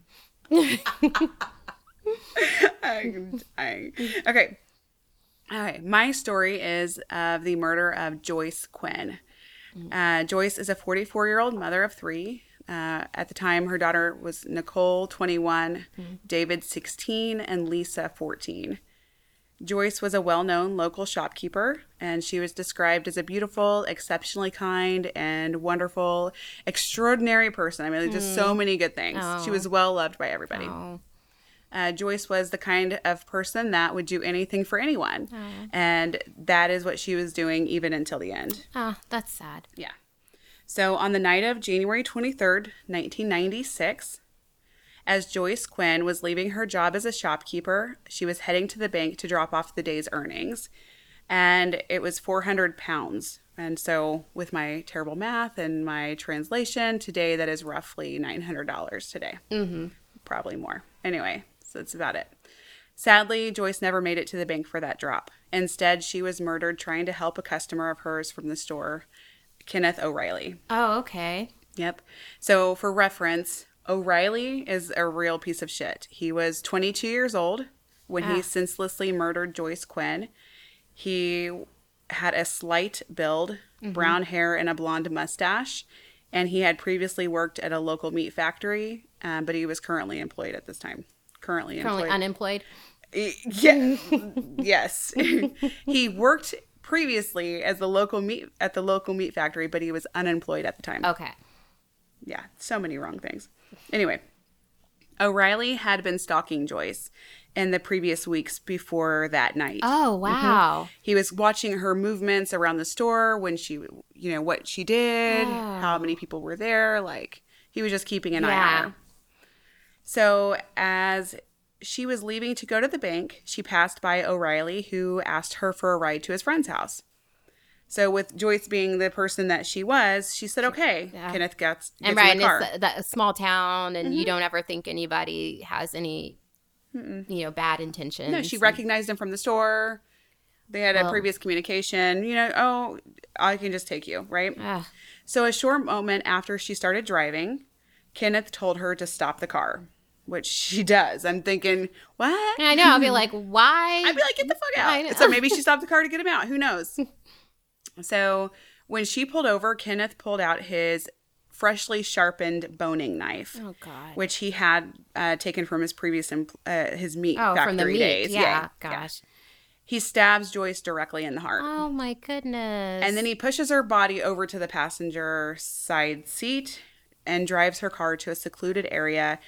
B: I'm dying. Okay. All right. My story is of the murder of Joyce Quinn.
A: Mm.
B: Uh, Joyce is a 44 year old mother of three. Uh, at the time, her daughter was Nicole, 21,
A: Mm.
B: David, 16, and Lisa, 14. Joyce was a well known local shopkeeper, and she was described as a beautiful, exceptionally kind, and wonderful, extraordinary person. I mean, just so many good things. She
A: Mm. Oh.
B: was well loved by everybody.
A: Oh,
B: Uh, Joyce was the kind of person that would do anything for anyone. And that is what she was doing even until the end.
A: oh that's sad.
B: Yeah. So on the night of January 23rd, 1996, as Joyce Quinn was leaving her job as a shopkeeper, she was heading to the bank to drop off the day's earnings. And it was 400 pounds. And so, with my terrible math and my translation today, that is roughly $900 today. Mm-hmm. Probably more. Anyway, so that's about it. Sadly, Joyce never made it to the bank for that drop. Instead, she was murdered trying to help a customer of hers from the store, Kenneth O'Reilly.
A: Oh, okay.
B: Yep. So, for reference, O'Reilly is a real piece of shit. He was 22 years old when he
A: Ah.
B: senselessly murdered Joyce Quinn. He had a slight build, brown hair, and a blonde mustache. And he had previously worked at a local meat factory, um, but he was currently employed at this time. Currently,
A: Currently
B: employed.
A: unemployed.
B: Yeah. yes. he worked previously as the local meat at the local meat factory, but he was unemployed at the time.
A: Okay.
B: Yeah, so many wrong things. Anyway, O'Reilly had been stalking Joyce in the previous weeks before that night.
A: Oh, wow.
B: He was watching her movements around the store when she, you know, what she did,
A: Oh.
B: how many people were there. Like, he was just keeping an eye
A: Yeah.
B: on her. So, as she was leaving to go to the bank, she passed by O'Reilly, who asked her for a ride to his friend's house. So, with Joyce being the person that she was, she said, okay,
A: Yeah.
B: Kenneth gets, gets
A: And
B: in
A: Brian,
B: the car. Mm-hmm.
A: it's a, that a small town, and you don't ever think anybody has any, you know, bad intentions.
B: No, she recognized him from the store. They had a
A: Well-
B: previous communication. You know, oh, I can just take you, right?
A: Ugh.
B: So, a short moment after she started driving, Kenneth told her to stop the car, which she does. I'm thinking, what?
A: And I know. I'll be like, why?
B: I'd be like, get the fuck
A: I know.
B: out. So, maybe she stopped the car to get him out. Who knows? so, when she pulled over, Kenneth pulled out his freshly sharpened boning knife,
A: Oh God.
B: which he had uh, taken from his previous empl- uh, his meat
A: oh,
B: factory
A: from the meat.
B: days.
A: Yeah, Gosh.
B: He stabs Joyce directly in the heart.
A: Oh my goodness.
B: And then he pushes her body over to the passenger side seat and drives her car to a secluded area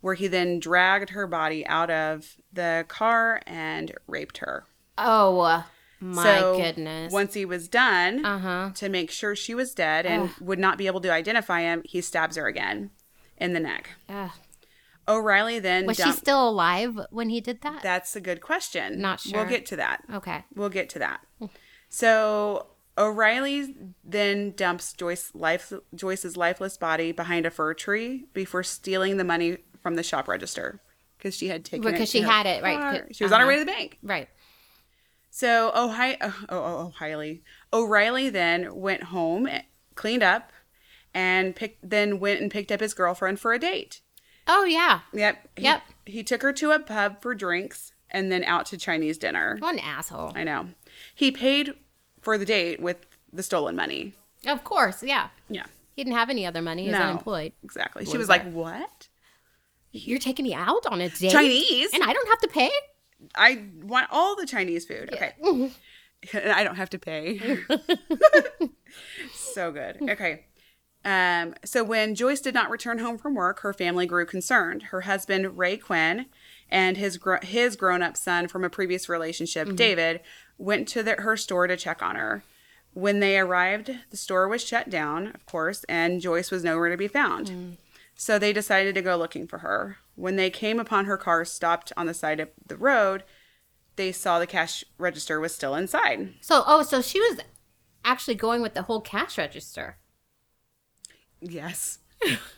B: where he then dragged her body out of the car and raped her.
A: Oh my
B: So,
A: goodness.
B: Once he was done,
A: uh huh.
B: to make sure she was dead and would not be able to identify him, he stabs her again in the neck. O'Reilly then
A: Was she
B: dumped-
A: still alive when he did that?
B: That's a good question.
A: Not sure.
B: We'll get to that.
A: okay.
B: We'll get to that. So O'Reilly then dumps Joyce life, Joyce's lifeless body behind a fir tree before stealing the money from the shop register because she had taken it
A: Because
B: to
A: she
B: her
A: had it, right,
B: car.
A: 'cause-
B: She was on her
A: uh-huh.
B: way to the bank.
A: Right.
B: So Ohio, oh, oh, O'Reilly, O'Reilly then went home, eh, cleaned up, and picked then went and picked up his girlfriend for a date.
A: Oh yeah.
B: Yep. He-
A: Yep.
B: He took her to a pub for drinks and then out to Chinese dinner.
A: What an asshole.
B: I know. He paid for the date with the stolen money.
A: Of course. Yeah.
B: Yeah,
A: He didn't have any other money. He was
B: No.
A: unemployed.
B: exactly. She
A: What
B: was
A: is
B: like,
A: that?
B: "What?
A: You're taking me out on a date.
B: Chinese?
A: And I don't have to pay?
B: I want all the Chinese food." Okay. And I don't have to pay. so good. Okay. Um, so when Joyce did not return home from work, her family grew concerned. Her husband Ray Quinn and his gr- his grown up son from a previous relationship, David, went to the- her store to check on her. When they arrived, the store was shut down, of course, and Joyce was nowhere to be found. So they decided to go looking for her. When they came upon her car stopped on the side of the road, they saw the cash register was still inside.
A: So oh, so she was actually going with the whole cash register.
B: Yes.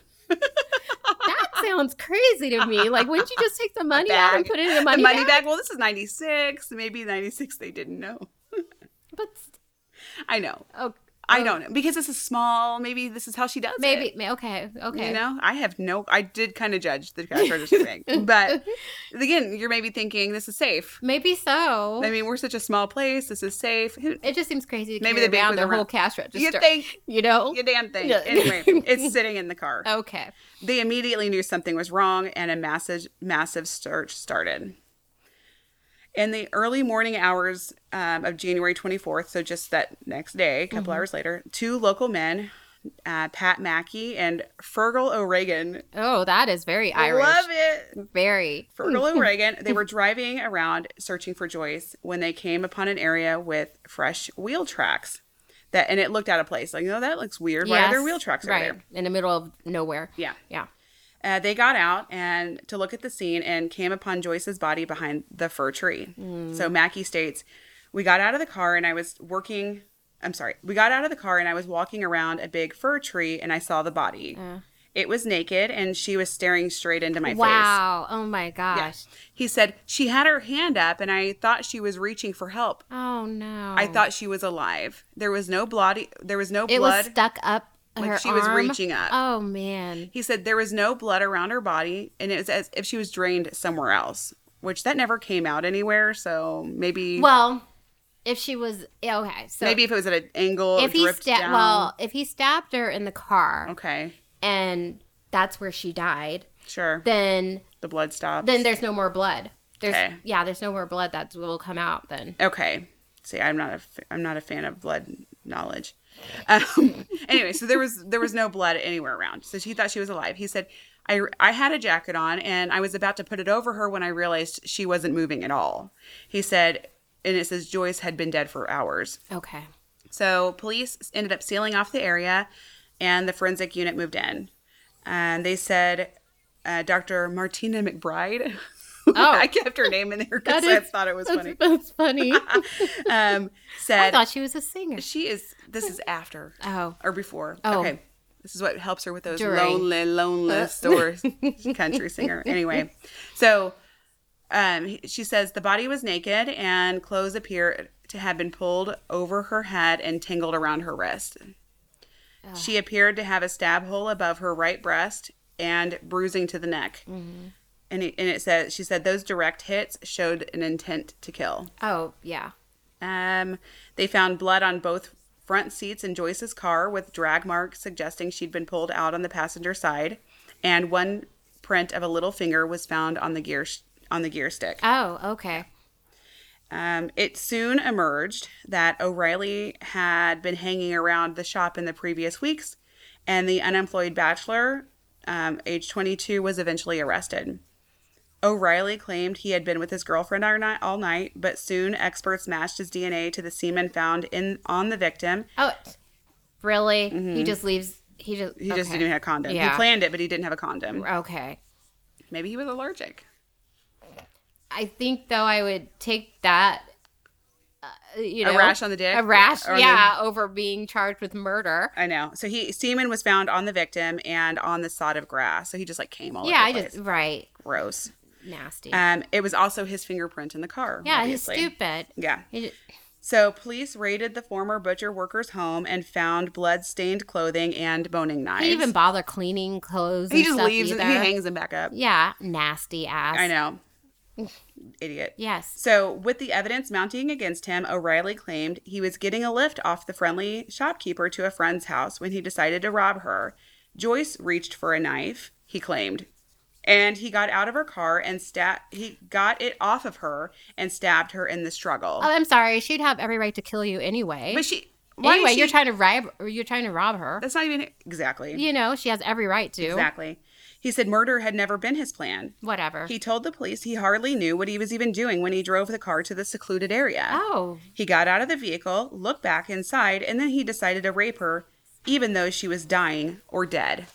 A: That sounds crazy to me. Like, wouldn't you just take the money out and
B: Bag.
A: put it in the money,
B: the money
A: bag?
B: bag. Well, this is 96. Maybe 96 they didn't know.
A: But st-
B: I know.
A: oh,
B: I don't know. Because this is small, maybe this is how she does it.
A: maybe. may- Okay, okay.
B: You know, I have no. I did kind of judge the cash register thing, but again, you're maybe thinking this is safe.
A: Maybe so.
B: I mean, we're such a small place. This is safe. Who-
A: it just seems crazy to
B: Maybe
A: maybe carry
B: the bank
A: around
B: was
A: their
B: around-
A: whole cash register.
B: You think
A: you know?
B: you damn thing.
A: Yeah.
B: Anyway, it's sitting in the car.
A: Okay.
B: They immediately knew something was wrong and a massive, massive search started. In the early morning hours um, of January 24th, so just that next day, a couple
A: Mm-hmm.
B: hours later, two local men, uh, Pat Mackey and Fergal O'Regan,
A: Oh, that is very Irish.
B: love it,
A: Very.
B: Fergal O'Regan, they were driving around searching for Joyce when they came upon an area with fresh wheel tracks. That and it looked out of place. Like, no, that looks weird. Why are there
A: Yes,
B: wheel tracks over
A: right
B: there?
A: in the middle of nowhere?
B: Yeah.
A: Yeah.
B: Uh, they got out and to look at the scene and came upon Joyce's body behind the fir tree.
A: Mm.
B: So Mackie states, "We got out of the car and I was working. I'm sorry. We got out of the car and I was walking around a big fir tree and I saw the body.
A: Mm.
B: It was naked and she was staring straight into my face."
A: Wow. Oh my gosh.
B: He said she had her hand up and I thought she was reaching for help.
A: Oh no.
B: I thought she was alive. There was no bloody. There was no
A: it
B: blood.
A: was stuck up
B: Like
A: her
B: she was
A: arm.
B: reaching up.
A: Oh man.
B: He said there was no blood around her body, and it was as if she was drained somewhere else, which that never came out anywhere. So maybe,
A: Well, if she was yeah, okay, so
B: maybe if it was at an angle,
A: if he
B: dripped
A: stabbed
B: down.
A: well, if he stabbed her in the car
B: okay,
A: and that's where she died,
B: sure,
A: then
B: the blood stopped.
A: then there's no more blood. There's
B: Okay.
A: yeah, there's no more blood that will come out then.
B: okay. See, I'm not a, f- I'm not a fan of blood knowledge. Um, anyway, so there was there was no blood anywhere around. So she thought she was alive. He said, I I had a jacket on and I was about to put it over her when I realized she wasn't moving at all. He said, and it says Joyce had been dead for hours.
A: Okay.
B: So police ended up sealing off the area, and the forensic unit moved in. And they said uh, Dr. Martina McBride. Oh. I kept her name in there because I
A: is-
B: thought it was
A: That's
B: funny.
A: that's funny.
B: Um,
A: I
B: said
A: thought she was a singer.
B: she is. This is after
A: Oh.
B: or before.
A: Oh.
B: Okay, this is what helps her with those
A: During. Uh.
B: lonely, lonely stores. country singer. Anyway, so um, she says the body was naked and clothes appear to have been pulled over her head and tangled around her wrist. She appeared to have a stab hole above her right breast and bruising to the neck.
A: Mm-hmm.
B: And, it, and it says she said those direct hits showed an intent to kill.
A: Oh, yeah.
B: Um, they found blood on both front seats in Joyce's car with drag marks suggesting she'd been pulled out on the passenger side, and one print of a little finger was found on the gear sh- on the gear stick.
A: Oh, okay.
B: Um, it soon emerged that O'Reilly had been hanging around the shop in the previous weeks, and the unemployed bachelor, um, age 22, was eventually arrested. O'Reilly claimed he had been with his girlfriend all night, all night, but soon experts matched his DNA to the semen found in on the victim.
A: Oh, really? He just leaves. He just.
B: Mm-hmm. He just
A: okay.
B: didn't even have a condom. He
A: Yeah.
B: planned it, but he didn't have a condom.
A: Okay.
B: Maybe he was allergic.
A: I think though I would take that. Uh, you
B: A
A: know,
B: rash on the dick?
A: A rash,
B: Or on the-
A: yeah, over being charged with murder.
B: I know. So he semen was found on the victim and on the sod of grass. So he just like came all
A: yeah,
B: over
A: I
B: the
A: just
B: place.
A: right
B: gross.
A: nasty.
B: Oh, Um, it was also his fingerprint in the car.
A: yeah,
B: obviously.
A: he's stupid.
B: Yeah.
A: He ju-
B: So police raided the former butcher worker's home and found blood-stained clothing and boning knives.
A: He didn't even bother cleaning clothes.
B: he
A: and
B: just
A: stuff
B: leaves.
A: Either.
B: He hangs them back up.
A: Yeah, nasty ass.
B: I know. Idiot.
A: Yes.
B: So, with the evidence mounting against him, O'Reilly claimed he was getting a lift off the friendly shopkeeper to a friend's house when he decided to rob her. Joyce reached for a knife, he claimed, and he got out of her car and sta- he got it off of her and stabbed her in the struggle.
A: Oh, I'm sorry. She'd have every right to kill you anyway.
B: but she, why
A: anyway,
B: is she-
A: you're trying to rob. You're trying to rob her.
B: That's not even exactly.
A: You know, she has every right to.
B: Exactly. He said murder had never been his plan.
A: Whatever.
B: He told the police he hardly knew what he was even doing when he drove the car to the secluded area.
A: oh,
B: He got out of the vehicle, looked back inside, and then he decided to rape her, even though she was dying or dead.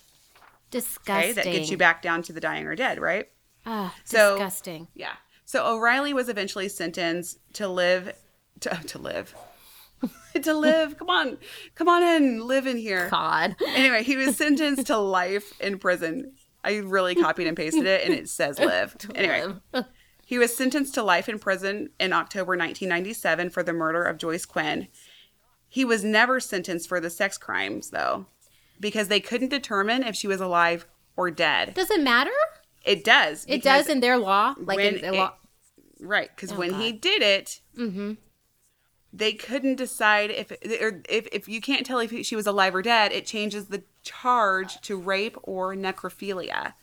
A: disgusting.
B: Okay, that gets you back down to the dying or dead, right?
A: Ah,
B: So-
A: disgusting.
B: Yeah. So O'Reilly was eventually sentenced to live, to, to live, to live. Come on, come on in, live in here.
A: God.
B: Anyway, he was sentenced to life in prison. I really copied and pasted it, and it says live. Anyway, he was sentenced to life in prison in October 1997 for the murder of Joyce Quinn. He was never sentenced for the sex crimes, though, because they couldn't determine if she was alive or dead.
A: Does it matter?
B: It does.
A: It
B: because-
A: does in their law. Like
B: when
A: in the
B: it-
A: law.
B: Right, because when he
A: God. Mm-hmm.
B: did it, they couldn't decide if or if if you can't tell if she was alive or dead, it changes the charge to rape or necrophilia.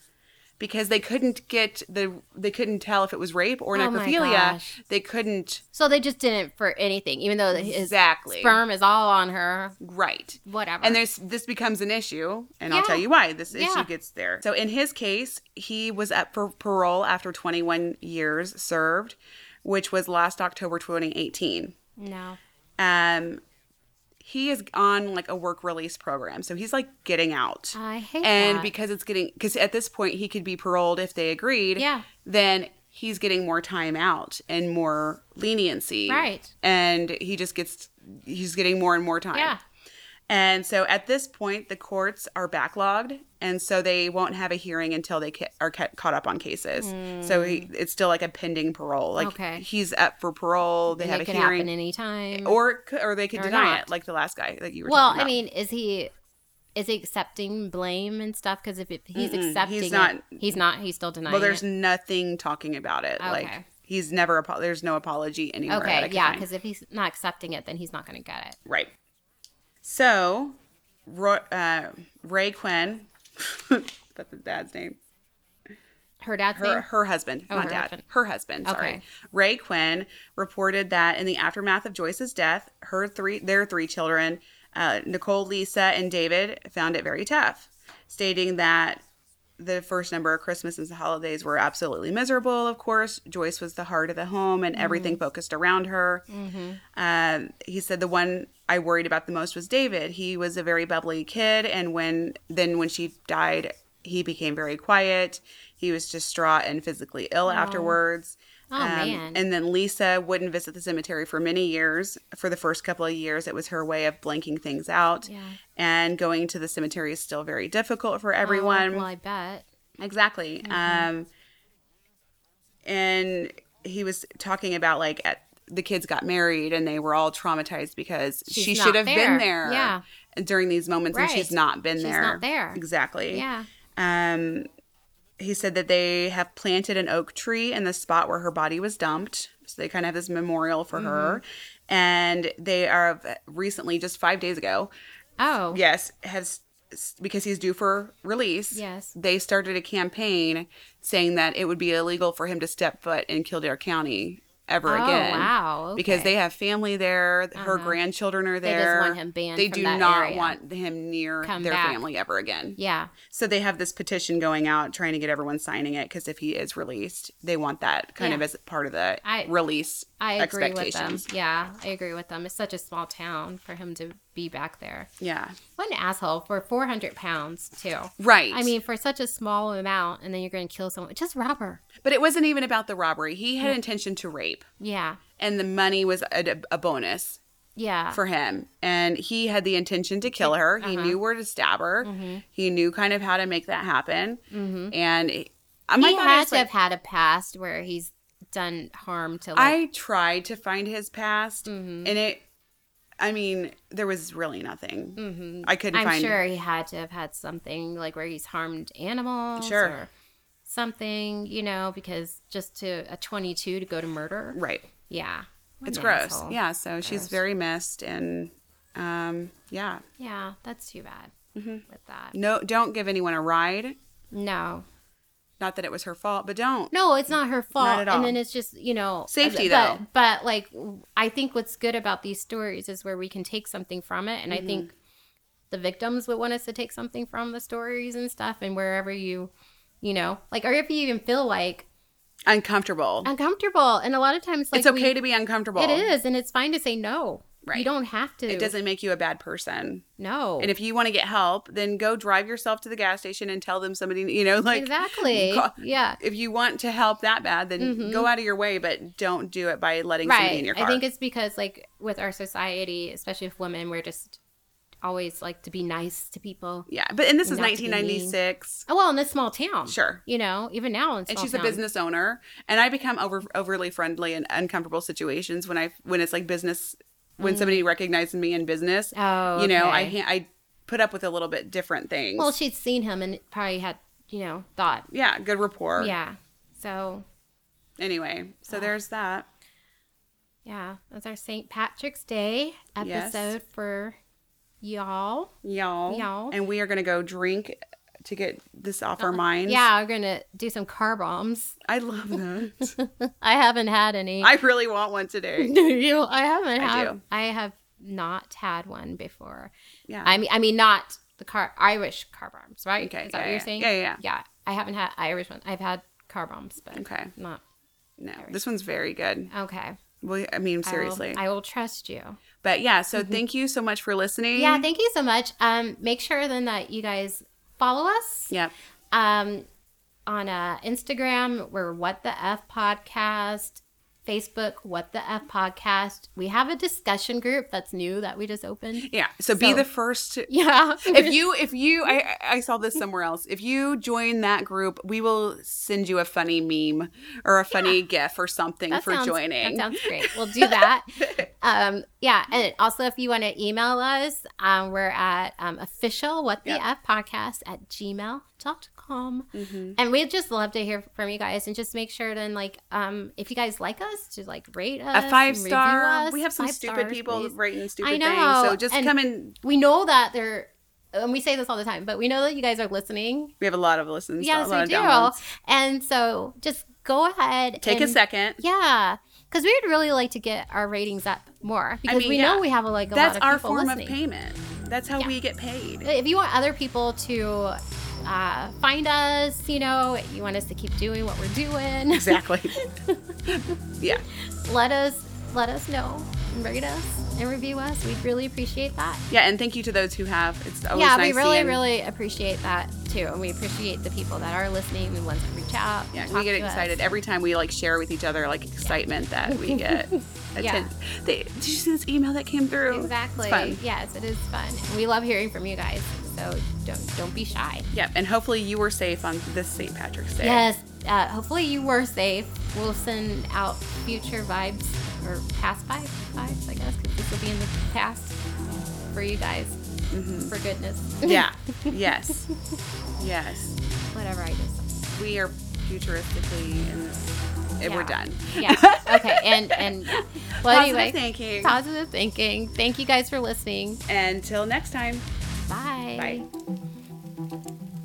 B: Because they couldn't get the they couldn't tell if it was rape or
A: Oh my
B: necrophilia.
A: gosh.
B: They couldn't
A: So they just didn't for anything, even though his
B: Exactly.
A: sperm is all on her.
B: Right.
A: Whatever.
B: And there's this becomes an issue, and I'll
A: Yeah.
B: tell you why this
A: Yeah.
B: issue gets there. So in his case, he was up for parole after 21 years served, which was last October 2018.
A: No.
B: Um he is on like a work release program. So he's like getting out.
A: I hate
B: and
A: that.
B: because it's getting cuz at this point he could be paroled if they agreed.
A: Yeah.
B: Then he's getting more time out and more leniency.
A: Right.
B: And he just gets he's getting more and more time.
A: Yeah.
B: And so at this point, the courts are backlogged, and so they won't have a hearing until they ca- are ca- caught up on cases. So he, it's still like a pending parole. Like
A: Hmm. Okay.
B: he's up for parole, they
A: And
B: have
A: it
B: a
A: could
B: hearing,
A: happen anytime.
B: or it could- or they could
A: or
B: deny
A: not.
B: it, like the last guy that you were.
A: well,
B: talking
A: I
B: about.
A: mean, is he is he accepting blame and stuff? Because if, if he's accepting,
B: He's not-
A: it, he's not. He's still denying.
B: well, there's
A: it.
B: nothing talking about it. Like
A: Okay.
B: he's never apo- there's no apology anywhere. that I
A: okay,
B: could
A: yeah.
B: find.
A: Because if he's not accepting it, then he's not going to get it.
B: Right. So, Roy, uh, Ray Quinn, that's his dad's name.
A: Her dad's
B: her
A: name.
B: her husband,
A: Oh,
B: not
A: her
B: dad,
A: husband.
B: her husband. Sorry,
A: Okay.
B: Ray Quinn reported that in the aftermath of Joyce's death, her three their three children, uh, Nicole, Lisa, and David, found it very tough, stating that the first number of Christmas and the holidays were absolutely miserable. Of course, Joyce was the heart of the home, and everything
A: Mm-hmm.
B: focused around her. Um, he said the one I worried about the most was David. He was a very bubbly kid, and when then when she died, he became very quiet. He was distraught and physically ill afterwards. Um,
A: Oh, man.
B: And then Lisa wouldn't visit the cemetery for many years. For the first couple of years, it was her way of blanking things out.
A: Yeah.
B: And going to the cemetery is still very difficult for
A: Oh,
B: everyone.
A: well, I bet.
B: Exactly.
A: Mm-hmm.
B: Um, and he was talking about like at, the kids got married and they were all traumatized because
A: She's
B: she
A: not
B: should have been
A: there.
B: there
A: Yeah.
B: during these moments and
A: Right.
B: she's not been
A: She's
B: there.
A: not there.
B: Exactly.
A: Yeah.
B: Um, he said that they have planted an oak tree in the spot where her body was dumped So they kind of have this memorial for her.
A: Mm-hmm.
B: And they are recently, just five days ago,
A: Oh.
B: yes, has because he's due for release.
A: Yes.
B: They started a campaign saying that it would be illegal for him to step foot in Kildare County ever
A: Oh,
B: again.
A: wow. Okay.
B: Because
A: Uh-huh.
B: they have family there, her grandchildren are
A: They
B: there.
A: just want him banned
B: They
A: from
B: do
A: that
B: not
A: area.
B: want him near
A: Come
B: their
A: back.
B: family ever again.
A: Yeah.
B: So they have this petition going out trying to get everyone signing it because if he is released, they want that kind
A: Yeah.
B: of as part of the
A: I-
B: release
A: I agree with them.
B: expectations.
A: Yeah, I agree with them. It's such a small town for him to be back there.
B: Yeah.
A: What an asshole for 400 pounds, too.
B: Right.
A: I mean, for such a small amount, and then you're going to kill someone. Just rob her.
B: but it wasn't even about the robbery. He had intention to rape.
A: Yeah.
B: and the money was a, a bonus
A: Yeah.
B: for him. And he had the intention to kill her.
A: Uh-huh.
B: He knew where to stab her.
A: Mm-hmm.
B: He knew kind of how to make that happen. And it- my
A: he
B: thought
A: had
B: is,
A: to
B: like,
A: have had a past where he's done harm to like
B: I tried to find his past,
A: Mm-hmm.
B: and it. I mean, there was really nothing. I
A: Mm-hmm.
B: couldn't
A: I'm
B: find.
A: sure he had to have had something like where he's harmed animals
B: Sure.
A: or something, you know, because just to a 22 to go to murder.
B: Right.
A: Yeah. What
B: It's
A: an
B: gross.
A: asshole.
B: Yeah. So she's
A: Gross.
B: very missed, and um, yeah.
A: Yeah, that's too bad
B: Mm-hmm.
A: with that.
B: No, don't give anyone a ride.
A: No.
B: Not that it was her fault, but don't.
A: No, it's not her fault.
B: Not at all.
A: And then it's just, you know,
B: Safety,
A: but,
B: though.
A: But like, I think what's good about these stories is where we can take something from it. And I
B: Mm-hmm.
A: think the victims would want us to take something from the stories and stuff. And wherever you, you know, like, or if you even feel like
B: Uncomfortable.
A: uncomfortable. And a lot of times, like,
B: it's okay
A: we-
B: to be uncomfortable.
A: It is. And it's fine to say no.
B: Right.
A: You don't have to.
B: It doesn't make you a bad person.
A: No.
B: And if you want to get help, then go drive yourself to the gas station and tell them somebody, you know, like
A: exactly.
B: Ca-
A: yeah.
B: If you want to help that bad, then go out of your way, but don't do it by letting somebody in your car.
A: Mm-hmm. I think it's because like with our society, especially with women, we're just always like to be nice to people.
B: yeah, but and this is
A: Not to be mean.
B: 1996,
A: Oh well, in this small town,
B: Sure.
A: You know, even now in small
B: and she's a
A: town.
B: business owner, and I become over overly friendly in uncomfortable situations when I when it's like business when somebody recognizes me in business.
A: Oh,
B: you know, I
A: Mm. okay.
B: ha- I put up with a little bit different things.
A: Well, she'd seen him and probably had you know thought,
B: yeah, good rapport.
A: yeah. So
B: Anyway, so there's that.
A: yeah, that's our St. Patrick's Day
B: Yes.
A: episode for y'all.
B: y'all.
A: Y'all. Uh-uh.
B: And we are going to go drink to get this off our minds.
A: Yeah, we're gonna do some car bombs.
B: I love that.
A: I haven't had any.
B: I really want one today.
A: you, I haven't.
B: I
A: had.
B: do.
A: I have not had one before.
B: Yeah.
A: I mean, I mean, not the car Irish car bombs, right?
B: Uh-huh. Okay,
A: Is that
B: yeah,
A: what
B: yeah.
A: you're saying?
B: Yeah, yeah, yeah.
A: I haven't had Irish ones. I've had car bombs, but
B: Okay.
A: not
B: No, this one's very good.
A: okay.
B: Well, I mean,
A: I will-
B: seriously. Mm-hmm.
A: I will, trust you.
B: but yeah, so thank you so much for listening.
A: Yeah, thank you so much. Um, make sure then that you guys follow us.
B: Yep.
A: Um, on uh, Instagram, we're What the F Podcast. Facebook, What the F Podcast. We have a discussion group that's new that we just opened.
B: Yeah. So, be
A: So-
B: the first to.
A: Yeah.
B: If you, if you, I, I- I saw this somewhere else. If you join that group, we will send you a funny meme or a funny gif or something for
A: sounds,
B: joining.
A: That sounds great. We'll do that. um, yeah. And also, if you want to email us, um, we're at um, official what the
B: Yeah.
A: F podcast at gmail.com.
B: Mm-hmm.
A: And we'd just love to hear from you guys and just make sure then, like, um, if you guys like us, to like rate us,
B: a
A: and
B: five
A: Uh, review
B: star.
A: us.
B: We have some
A: Five
B: stupid
A: stars,
B: people
A: please.
B: writing stupid
A: I
B: things.
A: know,
B: So just
A: and-
B: come and
A: We know that they're, and we say this all the time, but we know that you guys are listening.
B: we have a lot of listens.
A: Yes,
B: a lot
A: we
B: of
A: do.
B: downloads.
A: And so just go ahead.
B: Take a
A: and-
B: second.
A: Yeah, because we would really like to get our ratings up more because
B: mean,
A: we
B: yeah.
A: know we have a, like a
B: That's
A: lot of
B: our
A: people
B: form
A: listening.
B: of payment. That's how
A: Yeah.
B: we get paid.
A: If you want other people to uh, find us, you know, you want us to keep doing what we're doing.
B: Exactly. yeah.
A: let us let us know, and rate us, and review us. We'd really appreciate that.
B: Yeah, and thank you to those who have. It's always
A: yeah,
B: nice
A: we really,
B: seeing-
A: really appreciate that too, and we appreciate the people that are listening and ones that reach out. and
B: Yeah, we
A: talk
B: get
A: to us.
B: excited every time we like share with each other like excitement that we get.
A: Yeah.
B: Atten- They, did you see this email that came through? It's
A: Exactly.
B: fun.
A: Yes, it is fun. And we love hearing from you guys, so don't don't be shy.
B: Yeah, and hopefully you were safe on this St. Patrick's Day.
A: Yes. Uh, hopefully you were safe. We'll send out future vibes or past vi- vibes, I guess, because this will be in the past for you guys.
B: Mm-hmm.
A: For goodness.
B: Yeah. yes. Yes.
A: Whatever I just.
B: We are futuristically in this and we're
A: Yeah.
B: done.
A: yeah. Okay. And and yeah. well,
B: Positive
A: anyway,
B: thinking.
A: positive thinking. Thank you guys for listening.
B: Until next time.
A: Bye.
B: Bye.